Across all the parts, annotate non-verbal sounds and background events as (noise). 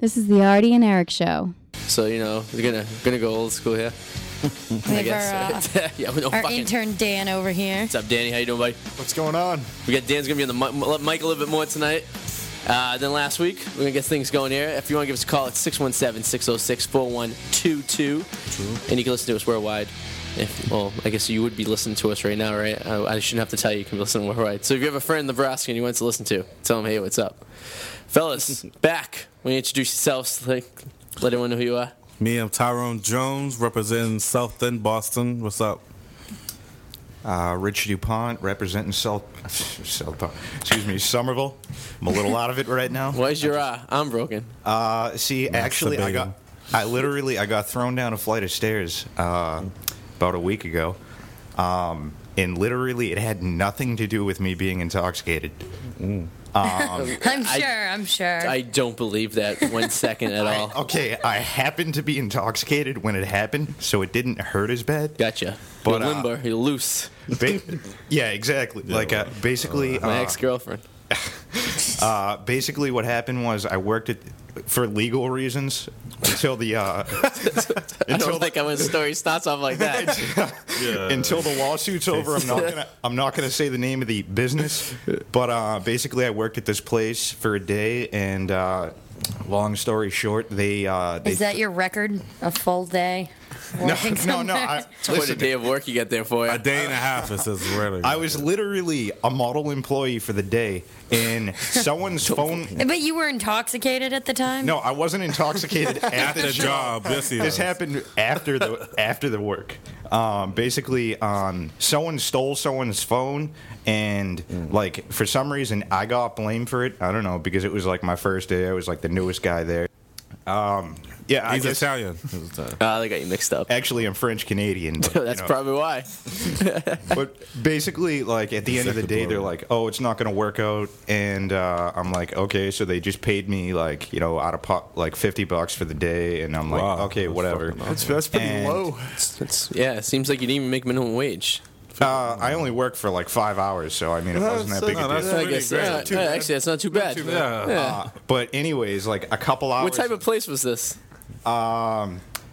This is the Artie and Eric show. So you know, we're gonna gonna go old school here. We I guess. have uh, (laughs) yeah, we don't our, uh, our fucking. intern Dan over here. What's up, Danny? How you doing, buddy? What's going on? We got Dan's gonna be on the mi- mic a little bit more tonight uh, than last week. We're gonna get things going here. If you want to give us a call, it's 617-606-4122, and you can listen to us worldwide. If, well, I guess you would be listening to us right now, right? I, I shouldn't have to tell you. You can listen worldwide. So if you have a friend in Nebraska and you want to listen to, tell them, hey, what's up, (laughs) fellas? back. When you introduce yourselves, like, let everyone know who you are. Me, I'm Tyrone Jones, representing South End, Boston. What's up? Uh, Rich DuPont representing South, (laughs) South excuse me, Somerville. I'm a little out of it right now. Why's your uh, arm broken? Uh, see, actually, I got, I literally, I got thrown down a flight of stairs uh, about a week ago, um, and literally, it had nothing to do with me being intoxicated. (laughs) I'm I- sure. I'm sure. (laughs) I don't believe that one second at all. Okay, (laughs) I happened to be intoxicated when it happened, so it didn't hurt as bad. Gotcha. But, you're uh, limber, you're loose. Ba- (laughs) yeah, exactly. like, uh, basically, My uh, ex girlfriend. Uh, basically, what happened was I worked at for legal reasons until the uh, (laughs) I don't until like how when a story starts off like (laughs) that. until the lawsuit's over. I'm not gonna I'm not gonna say the name of the business, but uh, basically, I worked at this place for a day, and uh, long story short, they (laughs) uh, they Is that your record? A full day? (laughs) no Working no no. somewhere? I, what a listen, day of work you get there for. A day and a half. It says (laughs) really. I was literally a model employee for the day, and someone's phone. But you were intoxicated at the time. No, I wasn't intoxicated at, at the job. Yes, he this was. happened after the after the work. Um, basically, um, someone stole someone's phone, and like for some reason, I got blamed for it. I don't know because it was like my first day. I was like the newest guy there. Um, yeah, He's I guess, Italian. (laughs) He's Italian. Uh, they got you mixed up. actually I'm French Canadian. but, you That's know. probably why. But basically, like at the end of the Second day, they're blow. like, "Oh, it's not going to work out," and uh, I'm like, "Okay." So they just paid me like you know out of pot like fifty bucks for the day, and I'm like, Wow, "Okay, that's whatever." fucking awesome. That's pretty And- low. It's- yeah, it seems like you didn't even make minimum wage. Uh, I only worked for like five hours, so I mean, it wasn't that so- big no, a that's deal. I Pretty guess. great. yeah, Not too yeah, bad. actually, that's not too bad. too Yeah. bad. Yeah. Uh, but anyways, like a couple hours. what type of place was this? Um,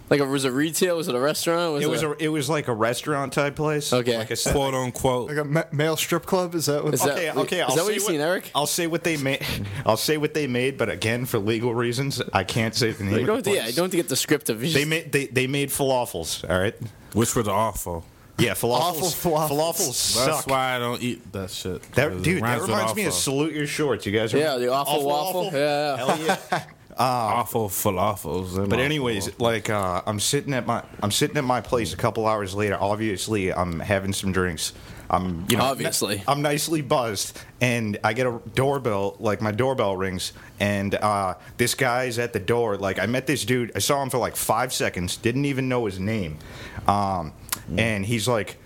like, a, was it retail? Was it a restaurant? Was Um, It was a. It was like a restaurant type place. Okay. Like I said, Quote unquote. Like a ma- male strip club? Is that what? Is that- okay. Wait, Okay. is I'll that what say you've seen, Eric? I'll say what they made. (laughs) I'll say what they made, but again, for legal reasons, I can't say the name. You of don't, the yeah, you place. don't have to get descriptive. You They just- made. They, they made falafels. All right. Which was awful. Yeah, falafels. Awful falafels. Falafels That's suck. why I don't eat that shit. That, 'Cause it dude, that rhymes with reminds me of awful. salute your shorts. You guys. Are Yeah, the awful waffle. Yeah, yeah. (laughs) Hell yeah. awful falafels. Them But awful anyways, falafels. like uh, I'm sitting at my I'm sitting at my place a couple hours later. Obviously, I'm having some drinks. I'm you know Obviously. I'm nicely buzzed, and I get a doorbell. Like my doorbell rings, and uh, this guy's at the door. Like I met this dude. I saw him for like five seconds. Didn't even know his name, um, and he's like,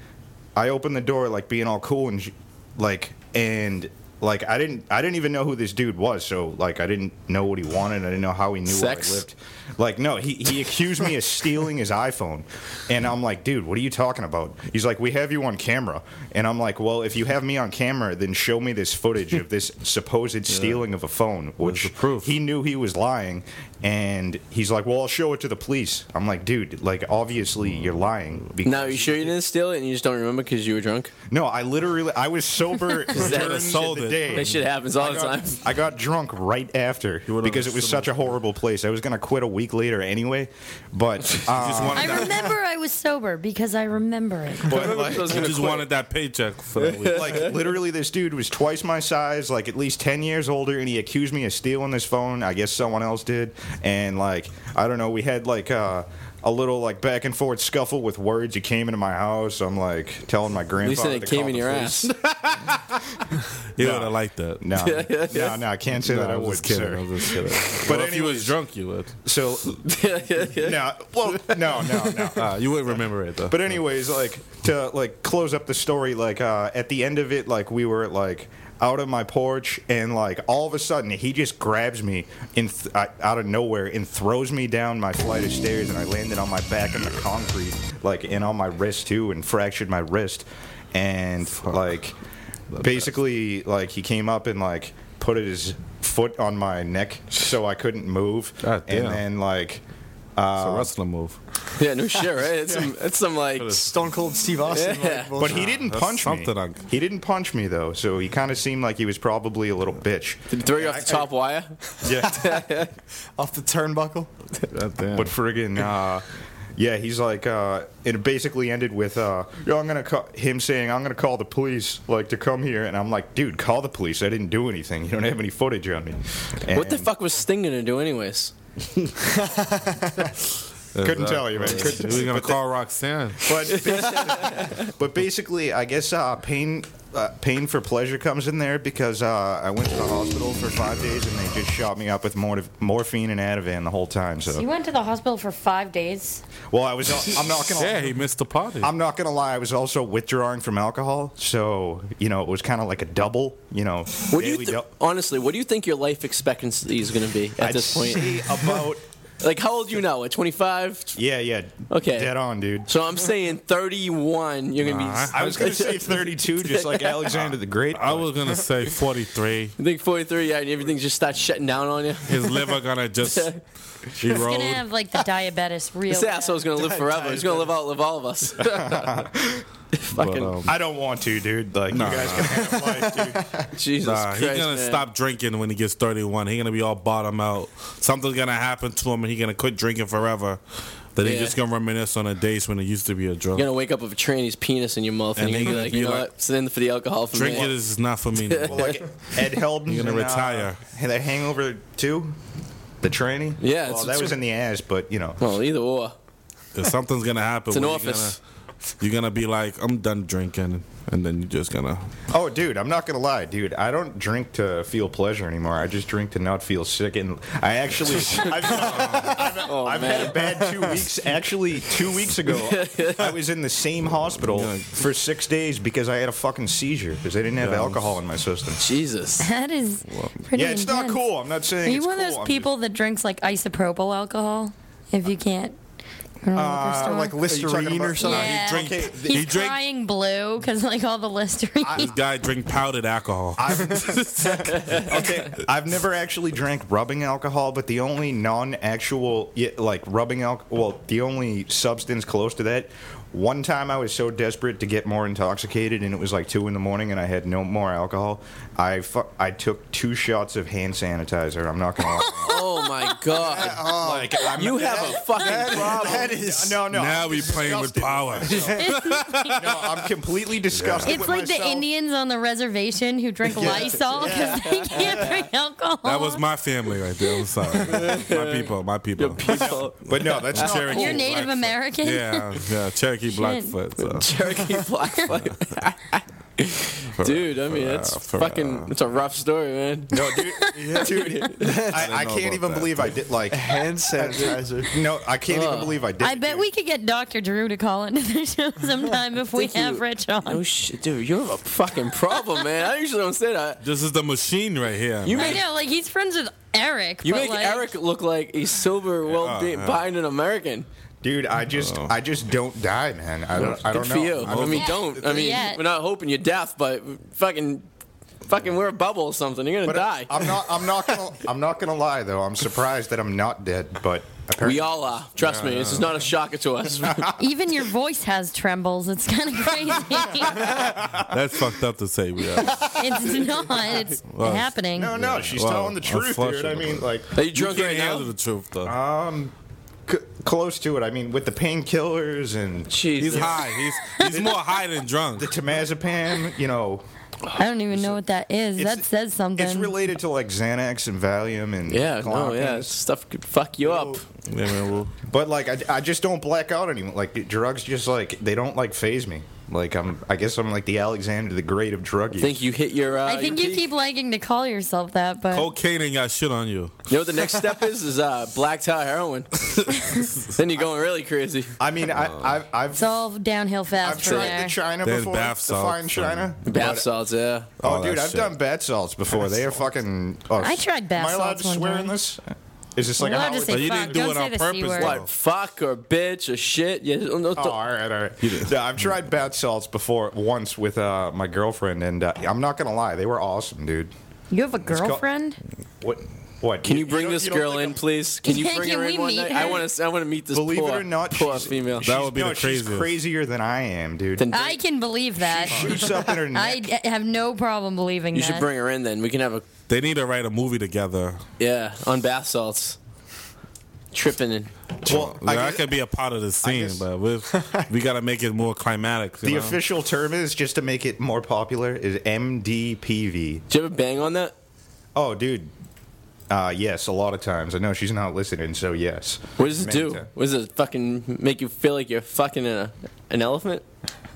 I opened the door like being all cool and sh- like and. Like I didn't, I didn't even know who this dude was. So like I didn't know what he wanted. I didn't know how he knew Sex? where I lived. Like, no, he, he accused me of stealing his iPhone. And I'm like, dude, what are you talking about? He's like, we have you on camera. And I'm like, well, if you have me on camera, then show me this footage of (laughs) this supposed stealing of a phone, which the proof? he knew he was lying. And he's like, well, I'll show it to the police. I'm like, dude, like, obviously you're lying. Because now, you sure you didn't steal it and you just don't remember because you were drunk? No, I literally, I was (laughs) sober during have sold the it. day. That shit happens all I the (laughs) got, time. I got drunk right after would've because it was still- such a horrible place. I was gonna quit a week later anyway, (laughs) but um, just wanted I that, remember I was sober because I remember it. but like, I was you gonna just quit. wanted that paycheck for that (laughs) week. like literally, this dude was twice my size, like at least ten years older, and he accused me of stealing this phone. I guess someone else did, and like I don't know, we had like. Uh, a little like back and forth scuffle with words. He came into my house. I'm like telling my At least grandfather. it to came call in the your police. ass. You would have liked that. (laughs) (laughs) No, no, no, I can't say (laughs) No, that I I'm would, just kidding. sir. I'm just kidding. (laughs) But Well, if you was anyways- drunk, you would. So, (laughs) no, well, no, no, no. Uh, you would remember it though. But anyways, like to like close up the story, like uh, at the end of it, like we were like out of my porch, and like all of a sudden he just grabs me in th- uh, out of nowhere and throws me down my flight of stairs, and I landed on my back on the concrete, like and on my wrist too, and fractured my wrist, and like basically like he came up and like put his foot on my neck so I couldn't move. God and damn. then like It's a wrestling move. (laughs) Yeah, no shit, right? It's some, it's some like (laughs) Stone Cold Steve Austin. like, Yeah. But bullshit. he didn't that's punch something me. I- He didn't punch me though, so he kind of seemed like he was probably a little (laughs) bitch. did he throw you off the top wire. Yeah, off the turnbuckle. God damn. (laughs) but friggin', uh, yeah, he's like, uh, it basically ended with, uh, "Yo, I'm gonna call him saying I'm gonna call the police, like to come here, and I'm like, dude, call the police. I didn't do anything. You don't have any footage on me. What the And fuck was Sting gonna do, anyways? Couldn't tell (laughs) you, man. Couldn't- (laughs) We're gonna call Roxanne. But basi- but (laughs) basically, I guess uh, pain uh, pain for pleasure comes in there because uh, I went to the hospital for five days and they just shot me up with mor- morphine and Ativan the whole time. You So went to the hospital for five days. well, I was I'm not gonna Yeah, he missed the party. I'm not gonna lie. I was also withdrawing from alcohol, so you know it was kind of like a double. You know, What do you daily th- dou- honestly? What do you think your life expectancy is gonna be at I'd this point? (laughs) say about Like, how old are you now? At 25? yeah, yeah. Okay. dead on, dude. So I'm saying 31. You're gonna be. Nah, I was gonna (laughs) say 32, just like Alexander the Great. I was gonna say 43. You think 43? Yeah, and everything just starts shutting down on you. His liver gonna just He's gonna erode. have like the (laughs) diabetes real. This bad. asshole's gonna live forever. He's gonna live out, live all of (laughs) us. But, Fucking um, I don't want to, dude. Like you guys can have life, (laughs) dude. Jesus Nah, Christ, he's gonna man. stop drinking when he gets 31. He's gonna be all bottom out. Something's gonna happen to him, and he's gonna quit drinking forever. Then he's Yeah. just gonna reminisce on the days when he used to be a drunk. You're gonna wake up with a tranny's penis in your mouth, and, And you're they gonna be gonna like, be you know like, what? It's in for the alcohol for Drinking me. is not for me. Well, (laughs) like Ed Helms. You're gonna in, uh, retire. The Hangover Two, the tranny. Yeah, well, it's- that it's- was in the ass, but you know. Well, either or. If something's gonna happen. It's an where office. You're gonna, you're gonna be like, I'm done drinking, and then you're just gonna. Oh, dude, I'm not gonna lie, dude. I don't drink to feel pleasure anymore. I just drink to not feel sick, and (laughs) I actually, I've, I've- Oh, I've had a bad (laughs) two weeks. Actually, two weeks ago, I was in the same hospital for six days because I had a fucking seizure because I didn't have Yeah, it's- alcohol in my system. Jesus. That is pretty. Yeah, it's not intense. cool. I'm not saying. Are you it's one cool. of I'm those just- people that drinks like isopropyl alcohol if you can't? go to the liquor store? Uh, like Listerine or something? Yeah. He drink. Okay, He's he drink. crying blue because like all the listerine. (laughs) This guy drink powdered alcohol. okay, I've never actually drank rubbing alcohol, but the only non-actual, yeah, like rubbing alcohol, well, the only substance close to that. One time I was so desperate to get more intoxicated, and it was like two in the morning, and I had no more alcohol. I fu- I took two shots of hand sanitizer. I'm not gonna lie. Oh my God. like I'm, You have a fucking (laughs) problem. That is no, no. now I'm we playing with disgusted. power. No, I'm completely disgusted. it's with like the myself. Indians on the reservation who drink Lysol because they can't drink alcohol. That was my family right there. I'm sorry. My people. My (laughs) people. People. But no, that's not Cherokee You're Native Blackfoot. American? Yeah, yeah, Cherokee Blackfoot. So. Cherokee Blackfoot. Dude, I mean, that's for- fucking. It's a rough story, man. No, dude, (laughs) dude I, I can't know about even that. believe I did. Like, hand sanitizer. (laughs) no, I can't even believe I did. (laughs) I it, bet dude. we could get Dr. Drew to call into the show sometime if we Thank you. have Rich No on. shit, dude. You have a fucking problem, man. I usually don't say that. This is the machine right here. You I make know, like he's friends with Eric. you but, make like, Eric look like a sober, oh, well yeah. binding American. Dude, I just I just don't die, man. I don't I Good don't for know. you. I I, don't- mean, Yeah. don't. I mean, Yeah. we're not hoping you're deaf, but fucking, fucking wear a bubble or something. You're gonna but uh, die. I'm not I'm not gonna I'm not gonna lie though. I'm surprised that I'm not dead, but apparently we all are. Trust me, this is not a shocker to (laughs) us. Even your voice has trembles. It's kind of crazy. That's fucked up to say. We are. it's not. It's Well, happening. No, no, she's Wow. telling the I'm truth, dude. flushing I a mean, little. like Are you drunk You right can't now? handle the truth though. c- close to it. I mean, with the painkillers and Jesus. he's high. He's he's more high than (laughs) drunk. the temazepam, you know, I don't even know what that is. it's- That says something. it's related to like Xanax and Valium and Yeah, no, yeah, Klonopin. this stuff could fuck you up. Yeah, man, well, But like, I, I just don't black out anymore. Like drugs, just like they don't like phase me. Like I'm, I guess I'm like the Alexander the Great of drug use. Think you hit your. Uh, I think your you peak? keep liking to call yourself that, but cocaine ain't got shit on you. You know what the next step is? Is uh, black tie (laughs) heroin. then you're going really crazy. I mean, Oh. I, I've, I've it's all downhill fast I've from tried there. the China There's before. bath the fine salts China. Bath salts, yeah. Oh, all dude, that I've shit. done bath salts before. They are fucking. Oh, I tried bath Am I allowed salts to one swear time. in this? Is this like We're a allowed to Howard- say But you fuck. didn't do Don't it say on the C purpose, word. though. What, fuck or bitch or shit? Yeah, no, no, Oh, all right, all right. No, I've tried bath salts before once with uh, my girlfriend, and uh, I'm not gonna lie, they were awesome, dude. You have a call- girlfriend? What? What? Can you bring don't- this don't girl think in, I'm- please? Can you Can bring her we in one meet night? her? I want to. I want to meet this Believe poor, it or not, poor she's- female. That would be no, the she's craziest. crazier than I am, dude. Then I can believe that. Shoots up in her (laughs) I neck. d- have no problem believing you that. should bring her in. Then we can have a They need to write a movie together. yeah on bath salts, tripping and well, I That guess- could be a part of the scene, guess- but we've, we got to make it more climatic. You the know? official term is just to make it more popular is MDPV. Do you ever bang on that? Oh, dude. Uh, yes, a lot of times. I know she's not listening, (laughs) so yes. What does it Many do? times. What does it fucking make you feel like you're fucking a, an elephant?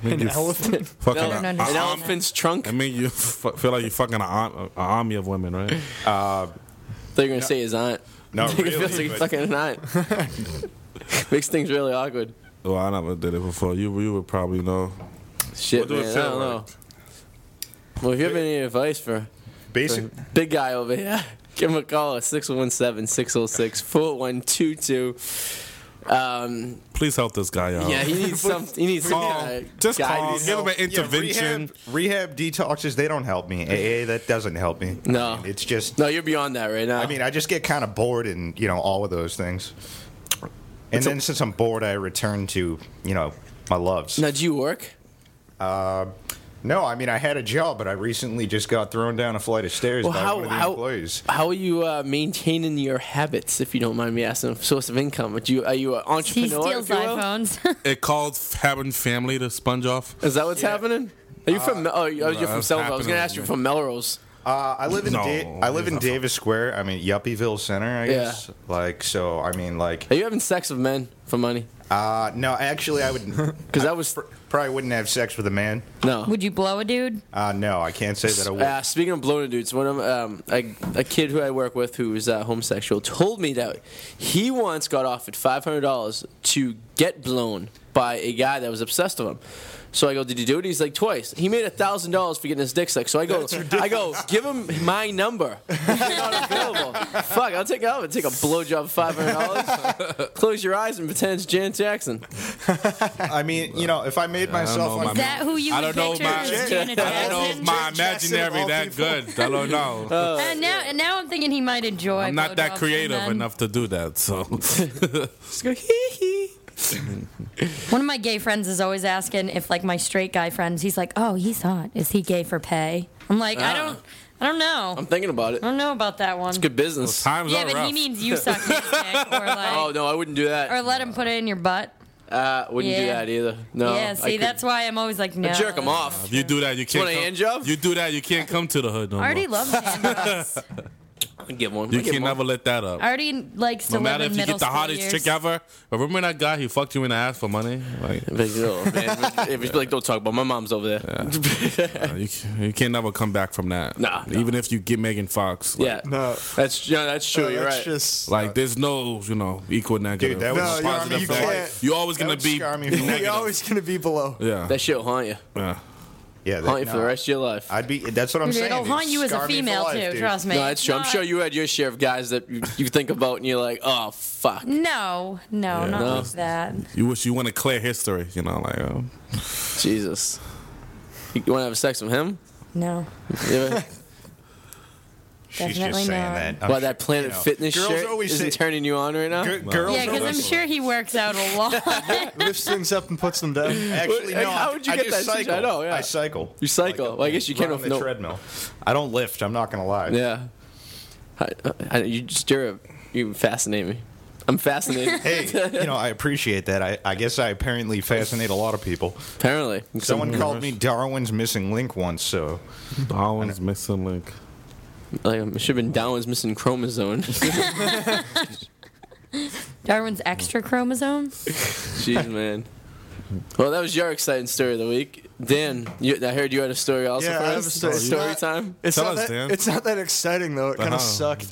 Make An you elephant? fucking No, a- no, a- no, no. An Um, elephant's trunk? I I mean, you f- feel like you're fucking an, ar- an army of women, right? thought you were gonna say his aunt. Not It feels like really, you're but- fucking an aunt. (laughs) Makes things really awkward. Well, I never did it before. You, you would probably know. Shit, What do it man. I feel don't know. like? Well, if you have any advice for Basic. big guy over here, (laughs) give him a call at 617 606 4122. Um, Please help this guy out. yeah, he needs some. He needs some. Call. kinda Just call. guidance. Give him an intervention. rehab, rehab detoxes, they don't help me. AA, that doesn't help me. No. It's just, No, you're beyond that right now. I mean, I just get kind of bored in, you know, all of those things. And then since I'm bored, I return to, you know, my loves. Uh, now do you work? No, I mean, I had a job, but I recently just got thrown down a flight of stairs by one of the employees. how are you uh, maintaining your habits, if you don't mind me asking, source of income? Would you, are you an he entrepreneur? steals if you will? (laughs) iPhones. It called having family to sponge off. Is that what's happening? Are you from? Mel- oh, you're no, you're from Uh, that's Selma. I was going happening to ask you to me. from Melrose. Uh, I live in No, da- I live he's in not from- Davis Square. I mean, Yuppieville Center, I Yeah. guess. Like, so I mean, like, Are you having sex with men for money? uh, no, actually, (laughs) I would Because that was probably wouldn't have sex with a man. no. Would you blow a dude? Uh, no, I can't say that I would. Uh, speaking of bloated dudes, one of um, a, a kid who I work with who is uh, homosexual told me that he once got offered five hundred dollars to get blown by a guy that was obsessed with him. So I go, did you do it? He's like, twice. He made thousand dollars for getting his dick sucked. So I go, I go, give him my number. (laughs) He's not available. Fuck, I'll take out and take a blowjob five hundred (laughs) dollars. Close your eyes and pretend it's Janet Jackson. I mean, you know, if I made myself know my on Is that who you I would don't know picture? my- as I Janet I don't know if Jackson? my Janet Jackson of imaginary all that people. good. I don't know. Uh, now, and now I'm thinking he might enjoy. I'm not that blowjobs creative from men. enough to do that. So Just go hee hee. One of my gay friends is always asking if, like, my straight guy friends. He's like, "Oh, he's hot. Is he gay for pay?" I'm like, I Ah. don't, I don't know. I'm thinking about it. I don't know about that one. Good business. times Yeah, are but rough. he means you suck (laughs) his dick, or like, Oh no, I wouldn't do that. or let him put it in your butt. Uh, wouldn't do Yeah. that either. No. yeah, I see, could- that's why I'm always like, no. jerk him off. if you do that, you can't. want a come- hand job? You do that, you can't come to the hood no I already more. love (laughs) handjobs. I can get one. You I get can one. never let that up. I already like still No matter live in if middle you get the school hottest years. chick ever. Remember that guy? He fucked you in the ass for money. Like Like, (laughs) oh, man. if it's like, don't talk about my mom's over there. (laughs) Yeah, you, can't- you can't never come back from that. Nah, nah. Even if you get Megan Fox. Like, No. that's yeah, that's true. No, you're that's right. just. Like there's no, you know, equal negative. that would No, you know, I mean, you thing. can't- You're always that gonna would be. scar me for You're negative. always gonna be below. Yeah. that shit will haunt you. yeah. yeah, that, Haunt you for the no. rest of your life. I'd be. That's what I'm saying. It'll dude. haunt you as a Scar me for female life, too. dude. Trust me. no, that's It's true. I'm not- sure you had your share of guys that you, you think about and you're like, oh fuck. No, no, not No. like that. You wish you want to clear history. You know, like (laughs) oh, Jesus. You want to have sex with him? No, You (laughs) ever- She's Definitely just saying not. that. I'm Why sure- that Planet you know, Fitness girls shirt always isn't say- turning you on right now? Gi- girls yeah, because I'm always- sure he works out a lot. Lifts things up and puts them down. Actually, Like, no. how would you I get just that Cycle. situation? I know, yeah. I cycle. You cycle. Well, I guess you run can't on if the no- treadmill. I don't lift. I'm not gonna lie. Yeah. I, I, you just you're a, you fascinate me. I'm fascinated. (laughs) (laughs) Hey, you know, I appreciate that. I, I guess I apparently fascinate a lot of people. Apparently, Someone called me Darwin's missing link once, so Darwin's missing link. Like, um, it should have been Darwin's missing (laughs) chromosome. Darwin's extra chromosome. Jeez, man. Well, that was your exciting story of the week, Dan. You, I heard you had a story also Yeah, for I have us. a story. Yeah. time. It's Tell not us, that, Dan. It's not that exciting though. It kind Uh-huh. of sucked.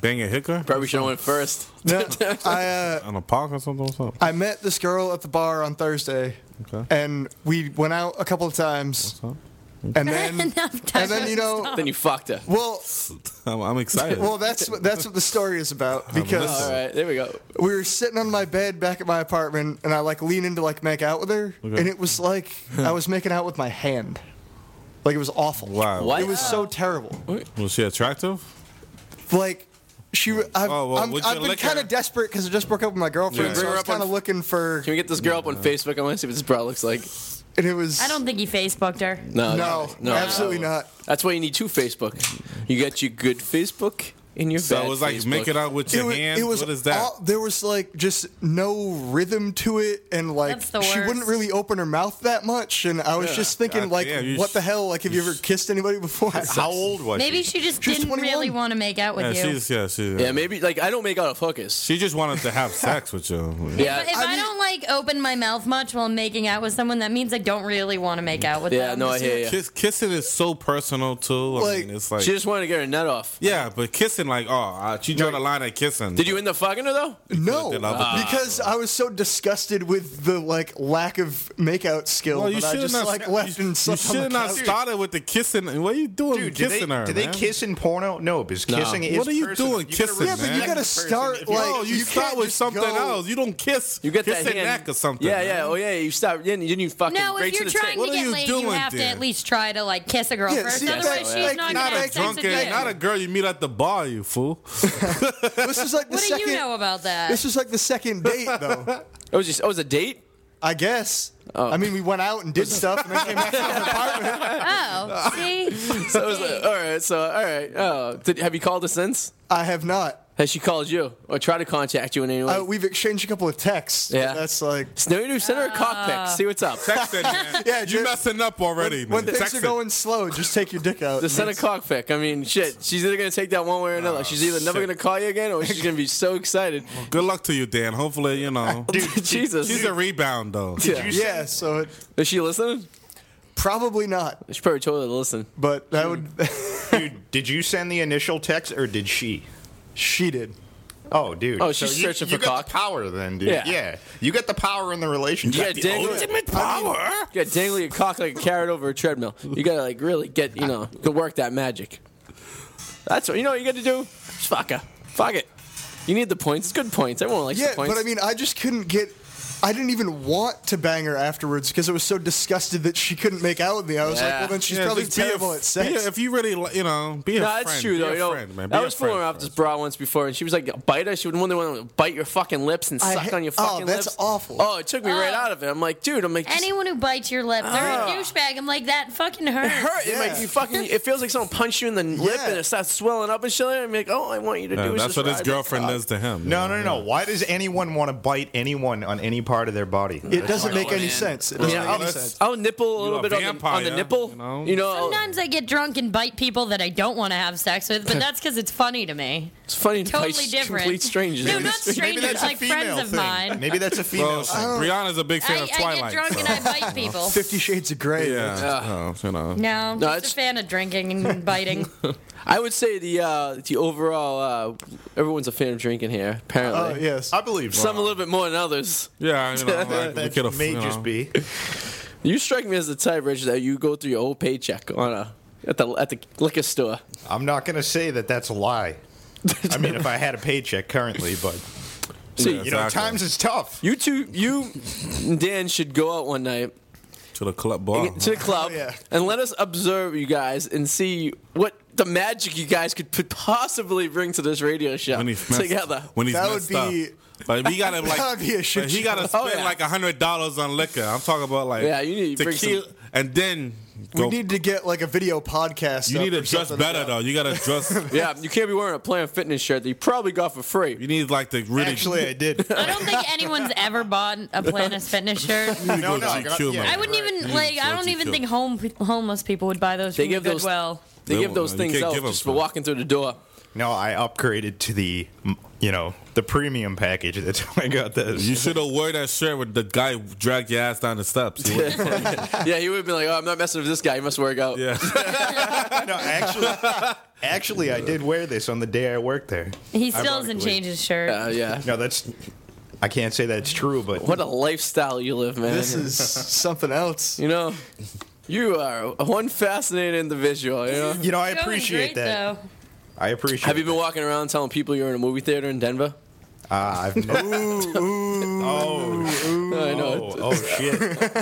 (laughs) Bang a hooker Probably should have went (laughs) first. No, I uh, on a park or something. Or something. I met this girl at the bar on Thursday, Okay. and we went out a couple of times, So, (laughs) and then Enough time. and then you know, Then you fucked her. well, (laughs) I'm, I'm excited. well that's what- that's what the story is about All because listening. right, there we go. we were sitting on my bed back at my apartment, and I like leaned in to like make out with her, Okay. and it was like I was making out with my hand. Like it was awful. Wow. What? It was so terrible. Was she attractive? Like she, I've, Oh, well, I'm, would I've you been lick her? kind of desperate because I just broke up with my girlfriend, Yeah. so Bring I her was up on kind of f- looking for, Can we get this girl up on Facebook? I want to see what this bra looks like. and it was. I don't think he Facebooked her. No, No, absolutely not. That's why you need two Facebook. You got your good Facebook and your So bad it was like Facebook. making out with your wa- hands. what is that? all- there was like just no rhythm to it, and like That's the she wouldn't worst. really open her mouth that much. And I was Yeah. just thinking, God like, damn, you what the sh- hell? Like, have you you ever sh- kissed anybody (laughs) before? How old was Maybe she? she just She was didn't 21. really want to make out with yeah, you. she's yeah, she's Yeah, maybe like I don't make out of hookers. She just wanted to (laughs) have sex with you. But if Yeah, I, mean- don't like open my mouth much while making out with someone, that means I don't really want to make out with yeah, them. no, I hear you. Kiss, kissing is so personal too. I Like, mean, it's (laughs) like She just wanted to get her nut off. yeah, but kissing like oh, uh, she drew the line at kissing. Did you end up fucking her though? No, did other things. because I was so disgusted with the like lack of makeout skill Well, Oh, you that I should just not. like you- left you and slept on should the not couch. started with the kissing. What are you doing Dude, do kissing they, her? do they man? kiss in porno? No, because kissing is What are you personal. doing gotta kissing, Yeah, but man? you gotta respect the person start if you- like No, Oh, you, you start can't with just something go- else. You don't kiss. You got kiss that your hand. neck or something. Yeah, man. yeah. Oh yeah, you stopped. Then you didn't even fucking. No, right if you're to the trying tip. What to are get you laid, you doing have to there? at least try to like kiss a girl Yeah, first. see, Otherwise, that's she's like not, gonna not have Not a sex drunken, again. not a girl you meet at the bar, you fool. This is like the what do second. you know about that? This was like the (laughs) second date (laughs) though. It was just. Oh, it was a date. I guess. I mean, we went out and did stuff, and then came back to the apartment. (laughs) oh, see, So it was (laughs) like, all right. So all right. Oh, did, have you called her since? I have not. Has she called you or tried to contact you in any way? Oh. Uh, we've exchanged a couple of texts. but Yeah. that's like no, you send her a cock Ah. pic. See what's up. (laughs) Texting, man. Yeah, you just- messing up already. when man. things Texting. are going slow, just take your dick out. The son of cock pick. I mean, shit. She's either gonna take that one way or Ah, another. she's either never shit. gonna call you again, or she's gonna be so excited. Good luck to you, Dan. Hopefully, you know. (laughs) Jesus. She's a rebound, though. Yeah. yeah, so it, Is she listening? probably not. She probably told her to listen. But that would Hmm. Dude, did you send the initial text or did she? (laughs) she did. Oh, dude. Oh, she's you, searching you for cock. got The power, then, dude. Yeah. Yeah. you got the power in the relationship. Yeah, dang it. power. You got dangle your cock like a carrot over a treadmill. You gotta like really get you know to work that magic. That's what you know. What you got to do. Just fuck her. Fuck it. You need the points. It's good points. Everyone likes Yeah, the points. but I mean, I just couldn't get. I didn't even want to bang her afterwards because I was so disgusted that she couldn't make out with me. I was Yeah. like, well, then she's Yeah, probably just be a- terrible at sex. be a- if you really, li- you know, be a No, friend. that's true though. Be a You know, friend, man. Be I a was fooling friend around with this first. bra once before, and she was like, "Bite us." She would one that would bite your fucking lips and I suck hate- on your oh, fucking lips. that's awful. Oh, it took me right Oh. out of it. I'm like, dude. I'm like, just anyone who bites your lip, they're a douchebag. I'm like that fucking hurts. hurt. It Yeah. like you fucking. It feels like someone punched you in the lip Yeah. and it starts swelling up and shit. I'm like, oh, I want you to Yeah, do. is that's just what his ride my girlfriend uh, cock. does to him. No, no, no. no. Why does anyone want to bite anyone on any part of their body? it doesn't make any man. sense. It I doesn't mean, make I'll, any that's- sense. I'll nipple a You little a bit on the, on the vampire, nipple. You you know, know? I'll- Sometimes I get drunk and bite people that I don't want to have sex with, but that's because it's funny to me. it's funny. to Totally bite different. (laughs) Complete strangers. (laughs) No, not strangers, like friends of mine. Maybe that's a female Well, thing. Brianna's a big fan I, of I Twilight. get drunk so. and I bite people. (laughs) Fifty Shades of (laughs) Grey. yeah, so, you know. No, I'm No, just it's- a fan of drinking and biting. I would say the uh, the overall. Uh, everyone's a fan of drinking here. Apparently, Oh yes. I believe some a so. little bit more than others. Yeah, you know, (laughs) like, we That could have. may you know. just be. You strike me as the type, Rich, that you go through your whole paycheck on a at the at the liquor store. I'm not going to say that that's a lie. I mean, if I had a paycheck currently, but See, Yeah. you know, Exactly. times is tough. you two, you, and Dan should go out one night to the club bar. to the club (laughs) Oh, yeah. and let us observe you guys and see what the magic you guys could p- possibly bring to this radio show when he's messed, together. When he's That messed would be- up. But we gotta like, That would be a shit but he show. gotta Oh, spend yeah. like a hundred dollars on liquor. I'm talking about like, Yeah, you need to bring tequila, some- and then we go- need to get like a video podcast. you up need to or dress something better about- though. You gotta dress. (laughs) yeah, you can't be wearing a Planet Fitness shirt that you probably got for free. you need like the really. Actually, (laughs) I did. I don't think anyone's ever bought a Planet Fitness shirt. no, go no, GQ, got- man. I wouldn't even Right. like. I Yeah, don't even too. think home homeless people would buy those. They from give those- Goodwill. They They give won't, those you things can't out give 'em just for some. walking through the (laughs) door. No, I upgraded to the, mm, you know, the premium package. That's why I got e- this. You should have wore that shirt with the guy dragged your ass down the steps. You would've- Yeah, he would have been like, "Oh, I'm not messing with this guy. He must work out." yeah. no, actually, actually, I did wear this on the day I worked there. He still doesn't change his shirt. Uh, yeah. No, that's. I can't say that's true, but What a lifestyle you live, man. This is something else. you know, you are one fascinating individual. You know, you know, I Going appreciate great, that. though. I appreciate. have you been walking around telling people you're in a movie theater in Denver? Uh, I've never. (laughs) oh, No, I know. Oh, oh shit!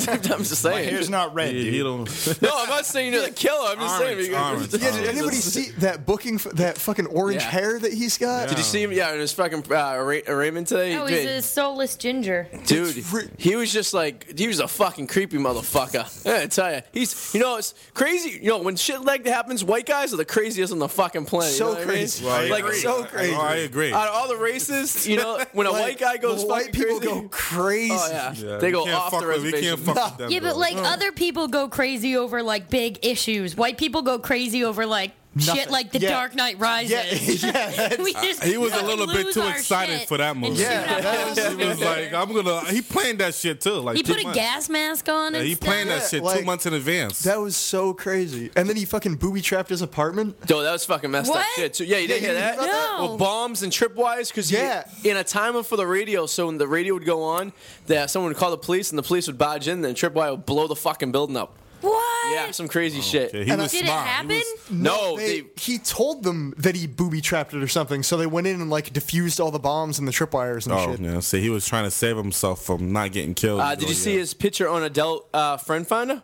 I'm just My saying. hair's not red, You, dude. you don't. (laughs) No, I'm not saying (laughs) you're the killer. I'm just saying. Orange, because- (laughs) orange, Yeah, did orange. anybody see that booking, f- that fucking orange Yeah. hair that he's got? Did you see him? Yeah, in his fucking uh, arra- arraignment today. Oh, Dude, he's a soulless ginger. Dude, It's ri- he was just like he was a fucking creepy motherfucker. I tell you, he's you know it's crazy. You know when shit like that happens, white guys are the craziest on the fucking planet. you So know what I mean? crazy. Well, I like agree. so Oh, crazy. I agree. Out of all the races, you (laughs) know when a Like, white guy goes the white fucking people crazy- go crazy. Oh yeah, Yeah, they we go can't off fuck the with- reservation. We can't fuck with them. Yeah, but bro. like other people go crazy over like big issues. White people go crazy over like shit Nothing. like The Yeah. Dark Knight (laughs) Rises. Yeah, (laughs) yeah, that's- (laughs) we just He was a fucking little bit lose too our excited shit for that and movie. shoot Yeah, our that whole (laughs) he was movie. like, "Oh, "I'm gonna." He planned that shit too. Like He two put a months. gas mask on. Yeah, and he planned stuff. that shit two like- months in advance. That was so crazy. And then he fucking booby trapped his apartment. Yo, that was fucking messed up What? shit. Too. Yeah, you didn't Yeah, hear you that? heard about that? No. With bombs and tripwires, because Yeah. in a timer for the radio, so when the radio would go on, that someone would call the police and the police would barge in, then tripwire would blow the fucking building up. What? Yeah, some crazy Oh, shit. Yeah, he And I- was Did it smart. He happen? was- No, they, they- he told them that he booby trapped it or something, so they went in and like defused all the bombs and the tripwires and Oh shit. yeah, see, he was trying to save himself from not getting killed. Uh, did you see his picture on Adele uh, Friend Finder?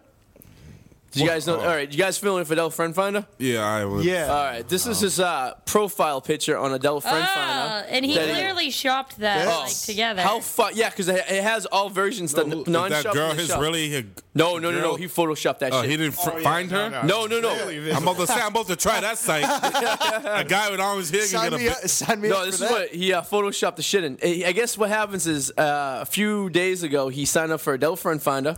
Did you guys know? All right, you guys familiar with Adele Friend Finder? Oh. Yeah, Oh. I was. Yeah. All right, this is his uh, profile picture on Adele Friend Ah, Finder. and he that clearly shopped that Oh. like together. How fu- Yeah, because it it has all versions. The Who- non that girl is is really. A, No, no, no, no. girl? He photoshopped that Oh, shit. he didn't fr- find her. No, no, no. (laughs) I'm about to say I'm about to try (laughs) that site. a guy with orange hair can Sign get a. me, bi- up, sign me up No, for this is that. what he uh, photoshopped the shit in. I I guess what happens is uh, a few days ago he signed up for Adele Friend Finder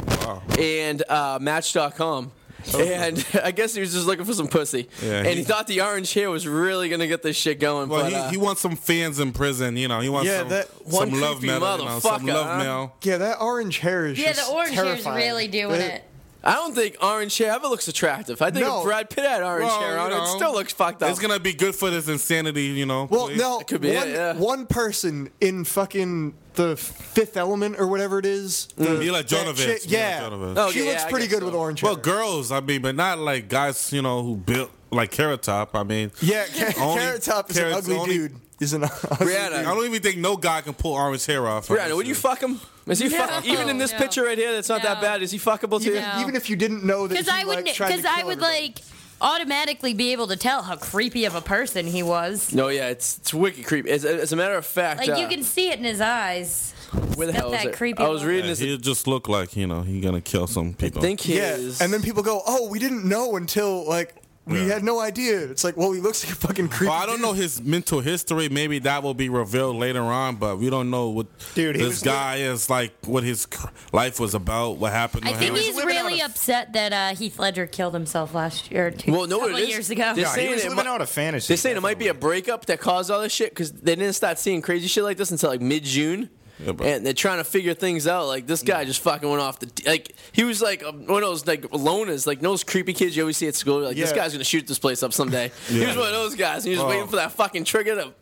and uh, Match.com. And (laughs) I guess he was just looking for some pussy. Oh. Yeah, and he, he- thought the orange hair was really going to get this shit going. Well, but, he, uh, he wants some fans in prison. You know, he wants Yeah, some, that- One some love creepy mail. You know, some motherfucker, love huh? mail. Yeah, that orange hair is yeah, the just orange hair's terrifying. really doing it. I don't think orange hair ever looks attractive. I think No. if Brad Pitt had orange Well, hair you on, know, it still looks fucked up. It's gonna be good for this insanity. You know. Well, please. no, could be one, it, yeah. one person in fucking the Fifth Element or whatever it is. the- Mm. Mila that Jovovich, chick- Mila yeah, Jovovich. Oh, she yeah, looks I pretty guess good so. with orange Well, hair. girls, I mean, but not like guys, you know, who built like Carrot Top. I mean, yeah, Ca- Only- Carrot Top is Carrot's an ugly only- dude. He's an (laughs) I Brianna, don't even think no guy can pull orange hair off. Brianna, would you fuck him? Is (laughs) he No. fuck- even in this No. picture right here? That's not that No. bad. Is he fuckable to even, you? No. (laughs) even if you didn't know that, Because he, I would, like, tried because to I kill would everybody. like automatically be able to tell how creepy of a person he was. No, yeah, it's it's wicked creepy. As, as a matter of fact, Like uh, you can see it in his eyes. where the got hell is that it? creepy I was look. reading Yeah, this. he just look like you know he gonna kill some people. I think his. yeah, and then people go, "Oh, we didn't know until like we Yeah. had no idea." It's like, well, he looks like a fucking creep. Well, I don't know his mental history. Maybe that will be revealed later on, but we don't know what Dude, he this was- guy is like, what his cr- life was about, what happened to I think him. he's living out really of- upset that uh, Heath Ledger killed himself last year. or Two, Well, no, couple it is. years ago. They're Yeah, he saying was it living mi- out a fantasy. They're saying it might be a breakup that caused all this shit because they didn't start seeing crazy shit like this until like mid June. Yeah, bro. and they're trying to figure things out. Like this guy just fucking went off the like he was like um, one of those like loners, like those creepy kids you always see at school. Like this Yeah. guy's gonna shoot this place up (laughs) someday. He was one of those guys, and you're just Oh. waiting for that fucking trigger to